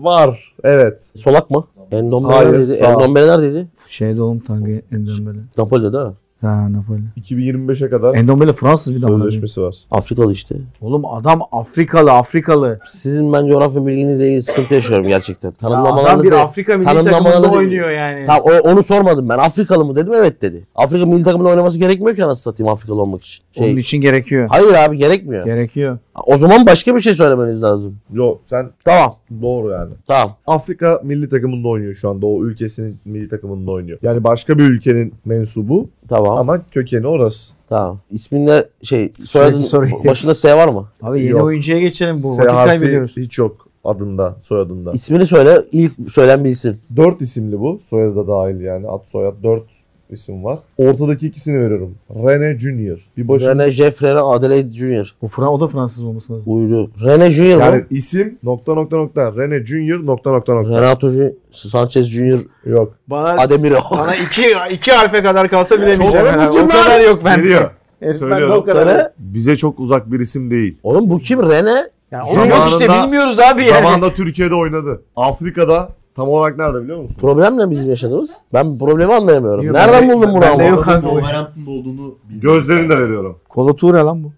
Var. Evet.
Solak mı? Endombele
Hayır,
neredeydi?
sağ.
Endombele neredeydi?
Şeyde oğlum Tanguy Endombele.
Napoli'de değil mi?
Ha Napoli.
2025'e kadar
Endombele Fransız bir damla.
sözleşmesi var.
Afrikalı işte.
Oğlum adam Afrikalı Afrikalı.
Sizin ben coğrafya bilginizle ilgili sıkıntı yaşıyorum gerçekten.
Ya adam
Tanımlamalarınızı...
bir Afrika milli takımında
tanımlamalarınızı-
oynuyor yani.
Tamam, o- onu sormadım ben. Afrikalı mı dedim evet dedi. Afrika milli takımında oynaması gerekmiyor ki anasını satayım Afrikalı olmak için. Şey,
Onun için gerekiyor.
Hayır abi gerekmiyor.
Gerekiyor.
O zaman başka bir şey söylemeniz lazım.
Yok sen
Tamam.
doğru yani.
Tamam.
Afrika milli takımında oynuyor şu anda. O ülkesinin milli takımında oynuyor. Yani başka bir ülkenin mensubu
Tamam.
ama kökeni orası.
Tamam. İsminle şey soyadın
soruyu-
başında S var mı?
Abi yeni
Yok.
oyuncuya geçelim bu.
S
Vakit
harfi
kaybediyoruz.
hiç yok adında, soyadında.
İsmini söyle ilk söylen bilsin.
Dört isimli bu. Soyadı da dahil yani. Ad soyad dört isim var. Ortadaki ikisini veriyorum. Rene Junior. Bir başına
Rene Jeff Rene Adelaide Junior.
Bu Fra o da Fransız olması lazım.
Uydu. Rene Junior
yani
mı?
isim nokta nokta nokta. Rene Junior nokta nokta nokta.
Renato Junior, Sanchez Junior,
Yok.
Bana
Ademiro.
bana iki, iki harfe kadar kalsa bilemeyeceğim.
Çok-
herhalde. o kadar yok ben.
Geliyor.
Evet, ben de
Söylüyorum.
o kadar.
Bize çok uzak bir isim değil.
Oğlum bu kim? Rene?
Ya
Zamanında-
oğlum yok işte bilmiyoruz abi yani.
Zamanında Türkiye'de oynadı. Afrika'da tam olarak nerede biliyor musun?
Problem ne bizim yaşadığımız? Ben problemi anlayamıyorum.
Yok,
Nereden
ben-
buldun bunu
ben de
ama?
yok.
Adamın
abi.
Wolverhampton'da olduğunu bildim.
Gözlerini de veriyorum.
Kolotura lan bu.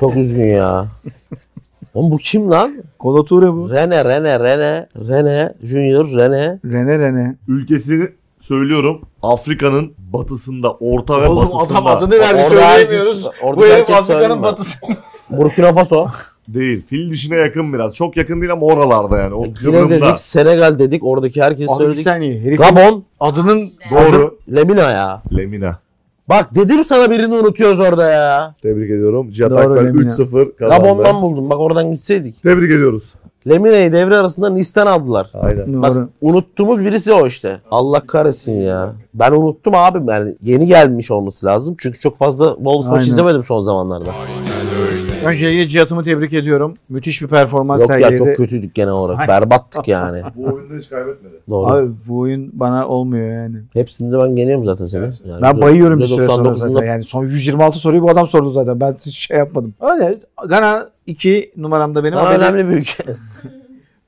Çok üzgün ya. Oğlum bu kim lan?
Kolotura bu.
Rene, Rene, Rene, Rene, Junior, Rene.
Rene Rene.
Ülkesini söylüyorum. Afrika'nın batısında, orta ve
Oğlum
batısında.
adam adını verdi
Orada
söyleyemiyoruz.
herkes- orada
Bu herif
herkes
Afrika'nın
söyleme.
batısı.
Burkina Faso.
Değil. Fil dişine yakın biraz. Çok yakın değil ama oralarda yani. O
Gine
Kıbrım'da.
dedik, Senegal dedik, oradaki herkes
Abi bir
şey söyledik.
saniye. Herifin
Gabon,
adının
Doğru.
Lemina ya.
Lemina.
Bak dedim sana birini unutuyoruz orada ya.
Tebrik ediyorum. Cihat
Doğru,
Akbel
Lemina.
3-0 kazandı.
Gabon'dan buldum. Bak oradan gitseydik.
Tebrik ediyoruz.
Lemina'yı devre arasında Nis'ten aldılar.
Aynen.
Bak
Doğru.
unuttuğumuz birisi o işte. Allah kahretsin ya. Ben unuttum abi. Yani yeni gelmiş olması lazım. Çünkü çok fazla Wolves maçı
Aynen.
izlemedim son zamanlarda.
Öncelikle Cihat'ımı tebrik ediyorum. Müthiş bir performans
Yok
sergiledi.
ya çok kötüydük genel olarak.
Ay.
Berbattık yani.
Bu oyunda hiç kaybetmedi.
Doğru.
Abi bu oyun bana olmuyor yani.
Hepsinde ben yeniyorum zaten seni. Yani
Ben bayıyorum bir
yüzde
süre sonra
99'unda
zaten. Yani son 126 soruyu bu adam sordu zaten. Ben hiç şey yapmadım. Öyle. Gana 2 numaramda benim.
Sana
Abedi-
önemli bir ülke.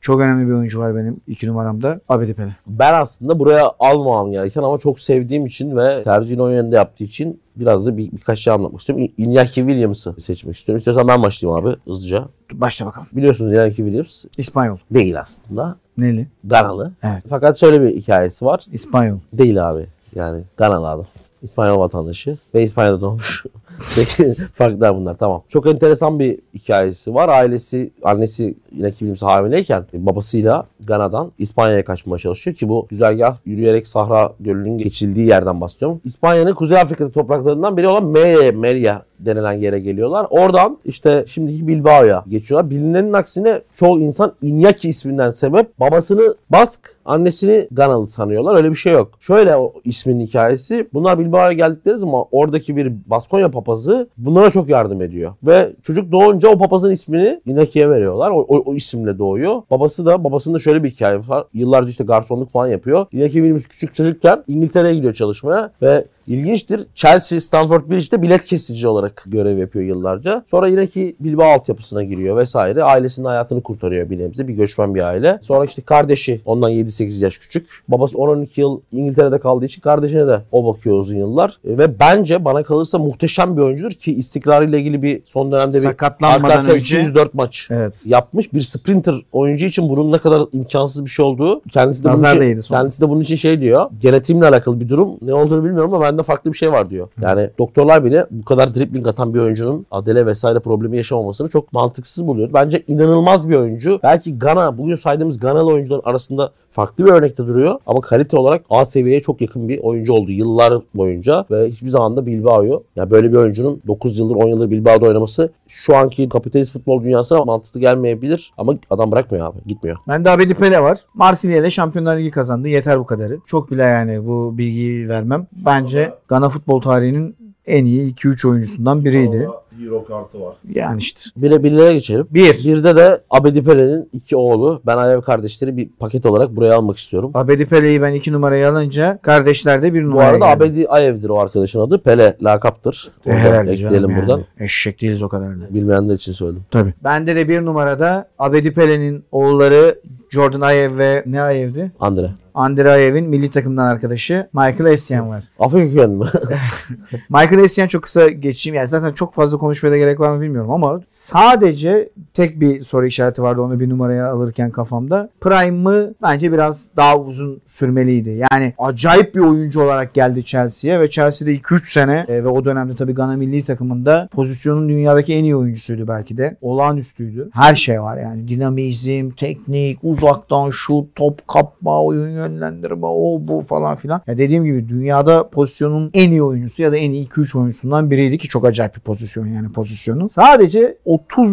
Çok önemli bir oyuncu var benim 2 numaramda. Abedi Pele.
Ben aslında buraya almam gereken ama çok sevdiğim için ve tercihini o yönde yaptığı için biraz da bir, birkaç şey anlatmak istiyorum. İ- Iñaki Williams'ı seçmek istiyorum. İstiyorsan ben başlayayım abi hızlıca.
Başla bakalım.
Biliyorsunuz Iñaki Williams
İspanyol.
değil aslında.
Neli?
Ganalı.
Evet.
Fakat şöyle bir hikayesi var.
İspanyol.
Değil abi. Yani Ganalı adam. İspanyol vatandaşı ve İspanya'da doğmuş. Peki farklar bunlar tamam. Çok enteresan bir hikayesi var. Ailesi, annesi yine kimse hamileyken babasıyla Gana'dan İspanya'ya kaçmaya çalışıyor ki bu güzergah yürüyerek Sahra Gölü'nün geçildiği yerden bahsediyorum. İspanya'nın Kuzey Afrika'da topraklarından biri olan Melya, Melya denilen yere geliyorlar. Oradan işte şimdiki Bilbao'ya geçiyorlar. Bilinenin aksine çoğu insan İnyaki isminden sebep babasını Bask Annesini Ganalı sanıyorlar. Öyle bir şey yok. Şöyle o ismin hikayesi. Bunlar Bilbao'ya geldikleri zaman oradaki bir Baskonya papazı bunlara çok yardım ediyor. Ve çocuk doğunca o papazın ismini Inaki'ye veriyorlar. O, o, o isimle doğuyor. Babası da babasının da şöyle bir hikayesi var. Yıllarca işte garsonluk falan yapıyor. Inaki Williams küçük çocukken İngiltere'ye gidiyor çalışmaya ve İlginçtir. Chelsea, Stanford Bridge'de bilet kesici olarak görev yapıyor yıllarca. Sonra yine ki Bilbao altyapısına giriyor vesaire. Ailesinin hayatını kurtarıyor bir nebze. Bir göçmen bir aile. Sonra işte kardeşi ondan 7-8 yaş küçük. Babası 10-12 yıl İngiltere'de kaldığı için kardeşine de o bakıyor uzun yıllar. E, Ve bence bana kalırsa muhteşem bir oyuncudur ki istikrarıyla ilgili bir son dönemde bir arka
Sakatlanmadan
arka
önce.
204 maç
Evet.
yapmış bir sprinter oyuncu için bunun ne kadar imkansız bir şey olduğu kendisi de
Nazar
bunun için,
değdi sonra.
kendisi de bunun için şey diyor. Genetimle alakalı bir durum. Ne olduğunu bilmiyorum ama bende farklı bir şey var diyor. Yani doktorlar bile bu kadar dribbling atan bir oyuncunun adele vesaire problemi yaşamamasını çok mantıksız buluyor. Bence inanılmaz bir oyuncu. Belki Gana bugün saydığımız Ganalı oyuncuların arasında farklı bir örnekte duruyor ama kalite olarak A seviyeye çok yakın bir oyuncu oldu yıllar boyunca ve hiçbir zaman da Bilbao'yu ya böyle bir oyuncunun 9 yıldır 10 yıldır Bilbao'da oynaması şu anki kapitalist futbol dünyasına mantıklı gelmeyebilir ama adam bırakmıyor abi gitmiyor.
Bende Abedi Pele var. Marsilya ile Şampiyonlar Ligi kazandı. Yeter bu kadarı. Çok bile yani bu bilgiyi vermem. Bence Gana futbol tarihinin en iyi 2-3 oyuncusundan biriydi.
Sonra Hero kartı var.
Yani işte.
Bire birlere geçelim.
Bir.
Birde de Abedi Pele'nin iki oğlu Ben Alev kardeşleri bir paket olarak buraya almak istiyorum.
Abedi Pele'yi ben 2 numaraya alınca kardeşler de 1
Bu
numaraya
arada
geldi.
Abedi Ayev'dir o arkadaşın adı. Pele lakaptır. Onu da
Herhalde canım
ekleyelim
yani.
buradan.
Eşek değiliz o kadar da.
Bilmeyenler için söyledim.
Tabii. Bende de 1 numarada Abedi Pele'nin oğulları Jordan Ayev ve ne Ayev'di?
Andre.
Andre Ayev'in milli takımdan arkadaşı Michael Essien var.
Afrika kökenli mi?
Michael Essien çok kısa geçeyim. Yani zaten çok fazla konuşmaya da gerek var mı bilmiyorum ama sadece tek bir soru işareti vardı onu bir numaraya alırken kafamda. Prime'ı bence biraz daha uzun sürmeliydi. Yani acayip bir oyuncu olarak geldi Chelsea'ye ve Chelsea'de 2-3 sene e, ve o dönemde tabii Ghana milli takımında pozisyonun dünyadaki en iyi oyuncusuydu belki de. Olağanüstüydü. Her şey var yani. Dinamizm, teknik, uzaktan şut, top kapma, oyun yönlendirme, o bu falan filan. Ya dediğim gibi dünyada pozisyonun en iyi oyuncusu ya da en iyi 2-3 oyuncusundan biriydi ki çok acayip bir pozisyon yani pozisyonu. Sadece 30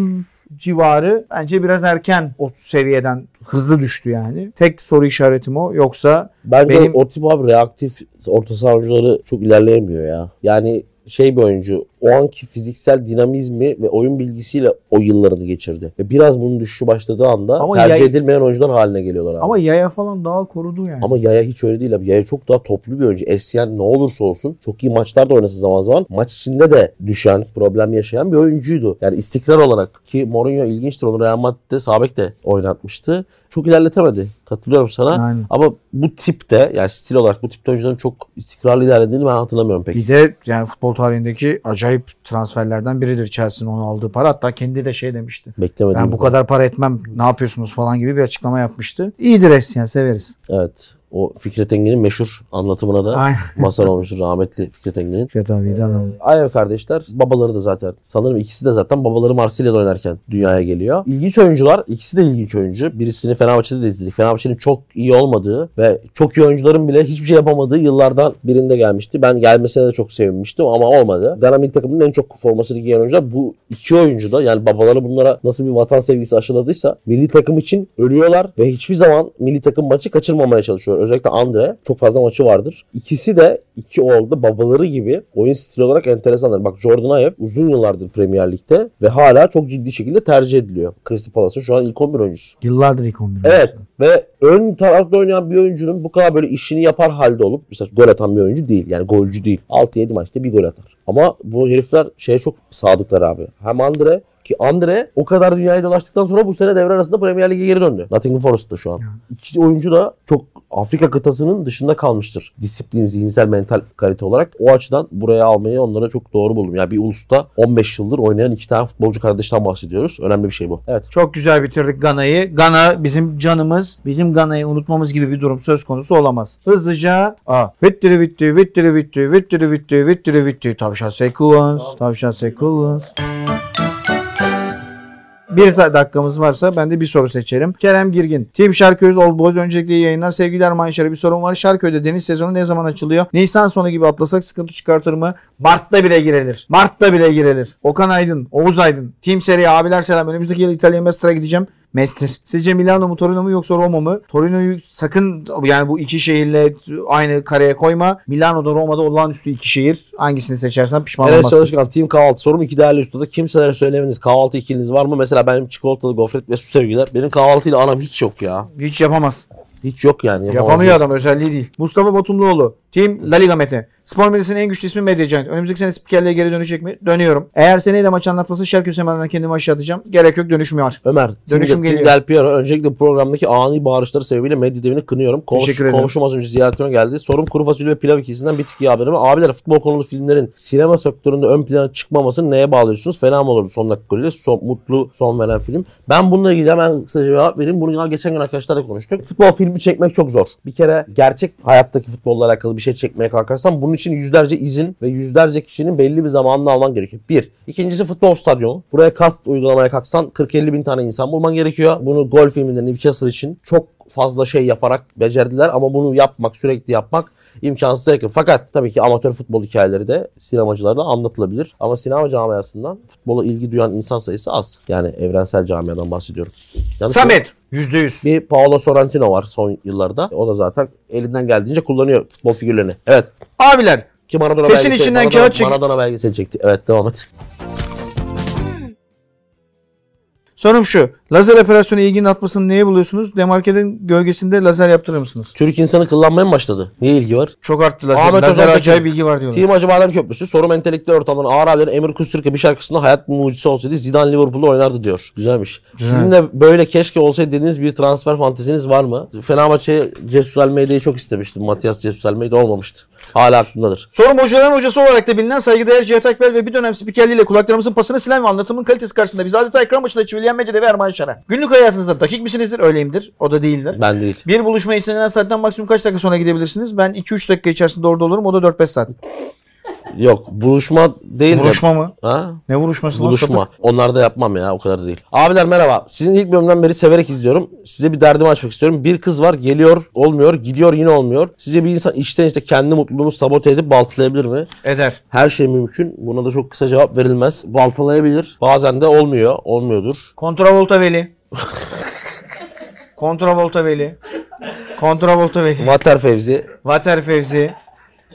civarı bence biraz erken o seviyeden hızlı düştü yani. Tek soru işaretim o. Yoksa
Bence
Benim-
o tip abi reaktif orta saha oyuncuları çok ilerleyemiyor ya. Yani şey bir oyuncu o anki fiziksel dinamizmi ve oyun bilgisiyle o yıllarını geçirdi. Ve biraz bunun düşüşü başladığı anda
Ama
tercih
yay-
edilmeyen oyuncular haline geliyorlar abi.
ama yaya falan daha korudu yani.
Ama Yaya hiç öyle değil abi. Yaya çok daha toplu bir oyuncu. Esyen ne olursa olsun çok iyi maçlarda oynasın zaman zaman. Maç içinde de düşen, problem yaşayan bir oyuncuydu. Yani istikrar olarak ki Mourinho ilginçtir. Onu Real Madrid'de Sabek de oynatmıştı. Çok ilerletemedi. Katılıyorum sana.
Aynen.
Ama bu tipte yani stil olarak bu tipte oyuncuların çok istikrarlı ilerlediğini ben hatırlamıyorum pek.
Bir de yani futbol tarihindeki acayip transferlerden biridir Chelsea'nin onu aldığı para. Hatta kendi de şey demişti.
Beklemedim.
Ben bu kadar para etmem ne yapıyorsunuz falan gibi bir açıklama yapmıştı. İyidir Essien severiz.
Evet. O Fikret Engin'in meşhur anlatımına da
Aynen.
masal olmuştur rahmetli Fikret Engin'in.
Fikret abi de analım.
Ayev kardeşler babaları da zaten sanırım ikisi de zaten babaları Marsilya'da oynarken dünyaya geliyor. İlginç oyuncular ikisi de ilginç oyuncu. Birisini Fenerbahçe'de de izledik. Fenerbahçe'nin çok iyi olmadığı ve çok iyi oyuncuların bile hiçbir şey yapamadığı yıllardan birinde gelmişti. Ben gelmesine de çok sevinmiştim ama olmadı. Ghana milli takımının en çok formasını giyen oyuncular bu iki oyuncu da yani babaları bunlara nasıl bir vatan sevgisi aşıladıysa milli takım için ölüyorlar ve hiçbir zaman milli takım maçı kaçırmamaya çalışıyor. Özellikle Andre çok fazla maçı vardır. İkisi de iki oldu babaları gibi oyun stili olarak enteresanlar. Bak Jordan Ayew uzun yıllardır Premier Lig'de ve hala çok ciddi şekilde tercih ediliyor. Crystal Palace'ın şu an ilk 11 oyuncusu.
Yıllardır ilk 11.
Evet ve ön tarafta oynayan bir oyuncunun bu kadar böyle işini yapar halde olup mesela gol atan bir oyuncu değil. Yani golcü değil. 6-7 maçta bir gol atar. Ama bu herifler şeye çok sadıklar abi. Hem Andre ki Andre o kadar dünyayı dolaştıktan sonra bu sene devre arasında Premier Lig'e geri döndü. Nottingham Forest'ta şu an. İki oyuncu da çok Afrika kıtasının dışında kalmıştır. Disiplin, zihinsel, mental kalite olarak. O açıdan buraya almayı onlara çok doğru buldum. Yani bir ulusta 15 yıldır oynayan iki tane futbolcu kardeşten bahsediyoruz. Önemli bir şey bu. Evet.
Çok güzel bitirdik Gana'yı. Gana bizim canımız. Bizim Gana'yı unutmamız gibi bir durum söz konusu olamaz. Hızlıca a vittiri vittiri vittiri vittiri vittiri vittiri vittiri vittiri tavşan sekans tavşan sekans. Bir ta- dakikamız varsa ben de bir soru seçerim. Kerem Girgin. Team Şarköy Olboz öncelikle iyi yayınlar. Sevgiler Manşar'a bir sorun var. Şarköy'de deniz sezonu ne zaman açılıyor? Nisan sonu gibi atlasak sıkıntı çıkartır mı? Mart'ta bile girilir. Mart'ta bile girilir. Okan Aydın, Oğuz Aydın. Team Seri abiler selam. Önümüzdeki yıl İtalya Master'a gideceğim. Mestir. Sizce Milano mu Torino mu yoksa Roma mı? Torino'yu sakın yani bu iki şehirle aynı kareye koyma. Milano'da Roma'da olağanüstü iki şehir. Hangisini seçersen pişman
Enes
olmazsın.
Çalışkan team kahvaltı sorum iki değerli üstada. Kimselere söylemeniz kahvaltı ikiliniz var mı? Mesela benim çikolatalı gofret ve su sevgiler. Benim kahvaltıyla anam hiç yok ya.
Hiç yapamaz.
Hiç yok yani. yapamaz
Yapamıyor
değil.
adam özelliği değil. Mustafa Batumluoğlu. Team La Liga Mete. Spor medyasının en güçlü ismi Medya Giant. Önümüzdeki sene spikerliğe geri dönecek mi? Dönüyorum. Eğer seneye de maç anlatması Şerköy Seman'dan kendimi aşağı atacağım. Gerek yok dönüşmüyor.
Ömer,
Dönüşüm
Dönüşüm Tim
geliyor.
Del Piero. Öncelikle bu programdaki ani bağırışları sebebiyle medya devini kınıyorum. Komşu,
Teşekkür ederim.
komşum az önce ziyaretime geldi. Sorum kuru fasulye ve pilav ikisinden bir tık iyi haberim. var. Abiler futbol konulu filmlerin sinema sektöründe ön plana çıkmamasını neye bağlıyorsunuz? Fena mı olurdu son dakika golüyle? Son, mutlu son veren film. Ben bununla ilgili hemen kısaca cevap vereyim. Bunu ya geçen gün arkadaşlarla konuştuk. Futbol filmi çekmek çok zor. Bir kere gerçek hayattaki futbolla alakalı bir şey çekmeye kalkarsan bunun için yüzlerce izin ve yüzlerce kişinin belli bir zamanını alman gerekiyor. Bir. İkincisi futbol stadyumu. Buraya kast uygulamaya kalksan 40-50 bin tane insan bulman gerekiyor. Bunu gol filminde Newcastle için çok fazla şey yaparak becerdiler ama bunu yapmak, sürekli yapmak imkansıza yakın. Fakat tabii ki amatör futbol hikayeleri de sinemacılarla anlatılabilir. Ama sinema camiasından futbola ilgi duyan insan sayısı az. Yani evrensel camiadan bahsediyorum. Yalnız-
Samet. %100.
bir Paolo Sorrentino var son yıllarda. O da zaten elinden geldiğince kullanıyor futbol figürlerini. Evet.
Abiler.
Ki Maradona
Fesin
belgeseli-
içinden
Maradona-
kağıt çek-
Maradona belgeseli çekti. Evet devam et.
Sorum şu. Lazer operasyonu ilginin atmasını neye buluyorsunuz? Demarkeden gölgesinde lazer yaptırır mısınız?
Türk insanı kıllanmaya mı başladı? Niye ilgi var?
Çok arttı lazer.
Ahmet
lazer
Ozan'daki-
acayip bilgi var diyorlar.
Team Hacı Badem Köprüsü. Sorum entelektüel ortamdan Ağır abilerin Emir Kusturka bir şarkısında hayat mucizesi olsaydı Zidane Liverpool'da oynardı diyor. Güzelmiş. Sizin de böyle keşke olsaydı dediğiniz bir transfer fanteziniz var mı? Fenerbahçe Cesus Almeida'yı çok istemiştim. Matias Cesus Almeida olmamıştı. Hala aklımdadır.
Sorum hocaların hocası olarak da bilinen saygıdeğer Cihat Akbel ve bir dönem spikerliğiyle kulaklarımızın pasını silen ve anlatımın kalitesi karşısında biz adeta ekran başında çivileyen medyada ve Erman Şara. Günlük hayatınızda dakik misinizdir? Öyleyimdir. O da değildir.
Ben değil.
Bir buluşma istenilen saatten maksimum kaç dakika sonra gidebilirsiniz? Ben 2-3 dakika içerisinde orada olurum. O da 4-5 saat.
Yok. Buluşma değil. de-
Vuruşma mı?
Ha?
Ne vuruşması lan?
Buluşma. Onlarda yapmam ya o kadar da değil. Abiler merhaba. Sizin ilk bölümden beri severek izliyorum. Size bir derdimi açmak istiyorum. Bir kız var geliyor olmuyor gidiyor yine olmuyor. Sizce bir insan içten içe kendi mutluluğunu sabote edip baltalayabilir mi?
Eder.
Her şey mümkün. Buna da çok kısa cevap verilmez. Baltalayabilir. Bazen de olmuyor. Olmuyordur.
Kontravolta Veli. Kontravolta Veli. Kontravolta Veli.
Vater Fevzi.
Vater Fevzi.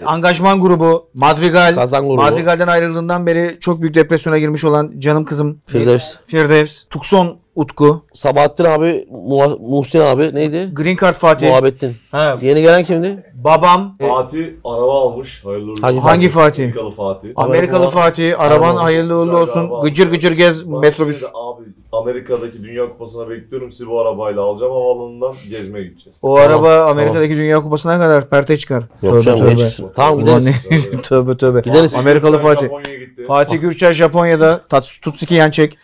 Angajman grubu. Madrigal.
Kazan grubu.
Madrigal'den ayrıldığından beri çok büyük depresyona girmiş olan canım kızım.
Firdevs.
Firdevs. Tukson Utku.
Sabahattin abi. Muha- Muhsin abi. Neydi?
Green Card Fatih.
Muhabbettin.
Ha,
Yeni gelen kimdi?
babam. e,
Fatih araba almış. Hayırlı uğurlu.
Hangi
Hangi
hangi Fatih?
Amerikalı Fatih.
Amerikalı
Araba.
Fatih. Araban
Araba.
hayırlı uğurlu olsun.
Araba.
Gıcır gıcır gez
Ben
metrobüs.
şimdi Abi Amerika'daki Dünya Kupası'na bekliyorum. Sizi bu arabayla alacağım havaalanından gezmeye gideceğiz.
O araba Amerika'daki Dünya Kupası'na kadar perte çıkar.
Yok canım, ne çıksın? Tamam
Ulan
gideriz.
ne- tövbe tövbe.
Gideriz.
Amerikalı
Gürçay
Fatih.
Japonya'ya gitti.
Fatih Gürçay Japonya'da Tats- Tutsuki Yençek.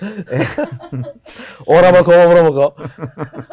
Ora bak ora bura bak.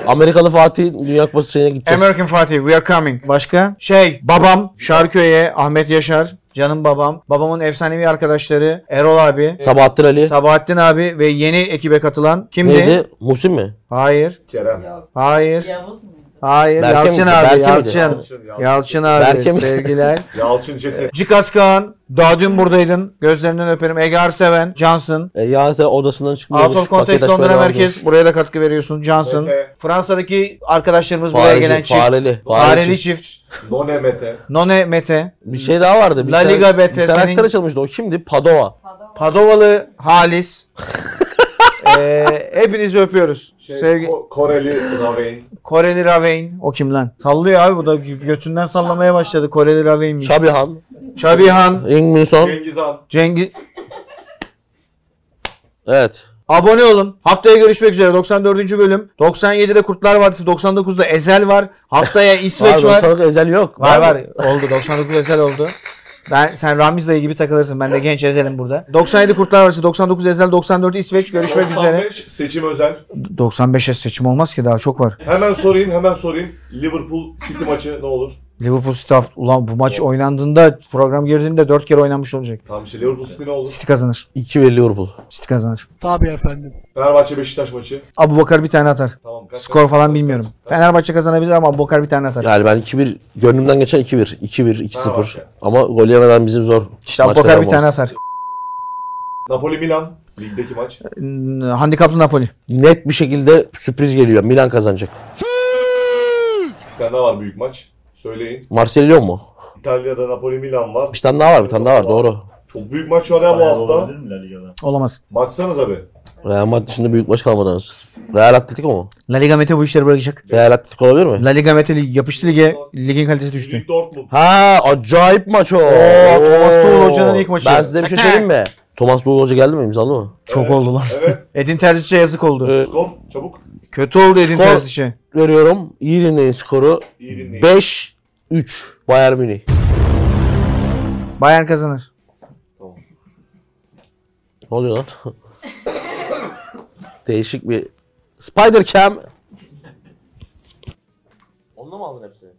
Amerikalı Fatih Dünya Kupası şeyine gideceğiz.
American Fatih we are coming. Başka? Şey babam Şarköy'e Ahmet Yaşar. Canım babam. Babamın efsanevi arkadaşları Erol abi.
Ee,
e,
Sabahattin Ali.
Sabahattin abi ve yeni ekibe katılan kimdi?
Neydi? Muhsin mi?
Hayır.
Kerem.
Yok.
Hayır.
Yavuz muydu?
Hayır.
Berke
Yalçın
miydi?
abi.
Berke miydi?
Yalçın. Yalçın abi.
Berke miydi?
Sevgiler.
Yalçın Çetin.
Cikas Kaan. Daha dün buradaydın. Gözlerinden öperim. Ege Arseven. Johnson.
E, ya sen odasından çıkmıyor.
Out of Context Londra Merkez. Buraya da katkı veriyorsun. Johnson.
Mete.
Fransa'daki arkadaşlarımız buraya
Fareli,
gelen çift. Fareli,
fareli, fareli. çift.
çift.
None Mete.
None Mete.
Bir şey daha vardı. Bir
La
tane-
Liga
Bir
BTS'nin
karakter açılmıştı o. Kimdi? Padova.
Padovalı Halis. ee, hepinizi öpüyoruz.
Şey,
Sevgi
Ko- Koreli Raveyn.
Koreli Raveyn o kim lan? Sallıyor abi bu da götünden sallamaya başladı Koreli Raveyn.
Şabihan.
Şabihan,
Ingminson.
Cengiz Han.
Cengiz
Evet.
Abone olun. Haftaya görüşmek üzere 94. bölüm. 97'de Kurtlar Vadisi, 99'da Ezel var. Haftaya İsveç
Var,
var.
Sanat Ezel yok.
Var var oldu 99 Ezel oldu. Ben sen Ramiz dayı gibi takılırsın. Ben de genç Ezel'im burada. 97 Kurtlar Vadisi, 99 Ezel, 94 İsveç. Görüşmek üzere.
95, Seçim özel.
95'e seçim olmaz ki daha çok var.
Hemen sorayım hemen sorayım. Liverpool City maçı ne olur?
Liverpool staff ulan bu maç oynandığında program girdiğinde 4 kere oynanmış olacak.
Tamam işte Liverpool City ne olur?
City kazanır.
2 ve Liverpool.
City kazanır.
Fenerbahçe Beşiktaş maçı.
Abu Bakar bir tane atar.
Tamam. kaç-
Skor falan bilmiyorum. Fenerbahçe kazanabilir ama Abu Bakar bir tane atar.
Yani ben 2-1 gönlümden geçen 2-1. 2-1, 2-0.
Fenerbahçe.
Ama gol yemeden bizim zor.
İşte Abu
Maçta
Bakar bir tane
yapamaz.
atar.
Napoli Milan. Ligdeki maç.
N- Handikaplı Napoli.
Net bir şekilde sürpriz geliyor. Milan kazanacak.
Bir tane daha var büyük maç. Söyleyin.
Marsilyon mu?
İtalya'da Napoli Milan var.
Bir tane daha var, bir tane daha var. Doğru.
Çok büyük maç var ya bu hafta.
Olabilir mi La Liga'da?
Olamaz.
Baksanıza be.
Real Madrid dışında büyük maç kalmadan önce. Real Atletico mu?
La Liga Mete bu işleri bırakacak.
Real Atletico olabilir mi?
La Liga Mete lig- yapıştı lige. Ligin kalitesi düştü.
Büyük Dortmund.
Ha acayip maç o.
Oo, Thomas
Oo.
Tuchel hocanın ilk maçı.
Ben size bir şey söyleyeyim mi? Thomas Tuchel hoca geldi mi imzalı mı?
Çok oldu lan.
Evet.
Edin Terzic'e yazık oldu.
Ee,
Skor çabuk.
Kötü oldu Edin
Skor-
Terzic'e.
veriyorum. İyi dinleyin skoru.
İyi dinleyin.
5-3 Bayern Münih.
Bayern kazanır.
Ne oluyor lan? Değişik bir Spider Cam. Onunla mı aldın hepsini?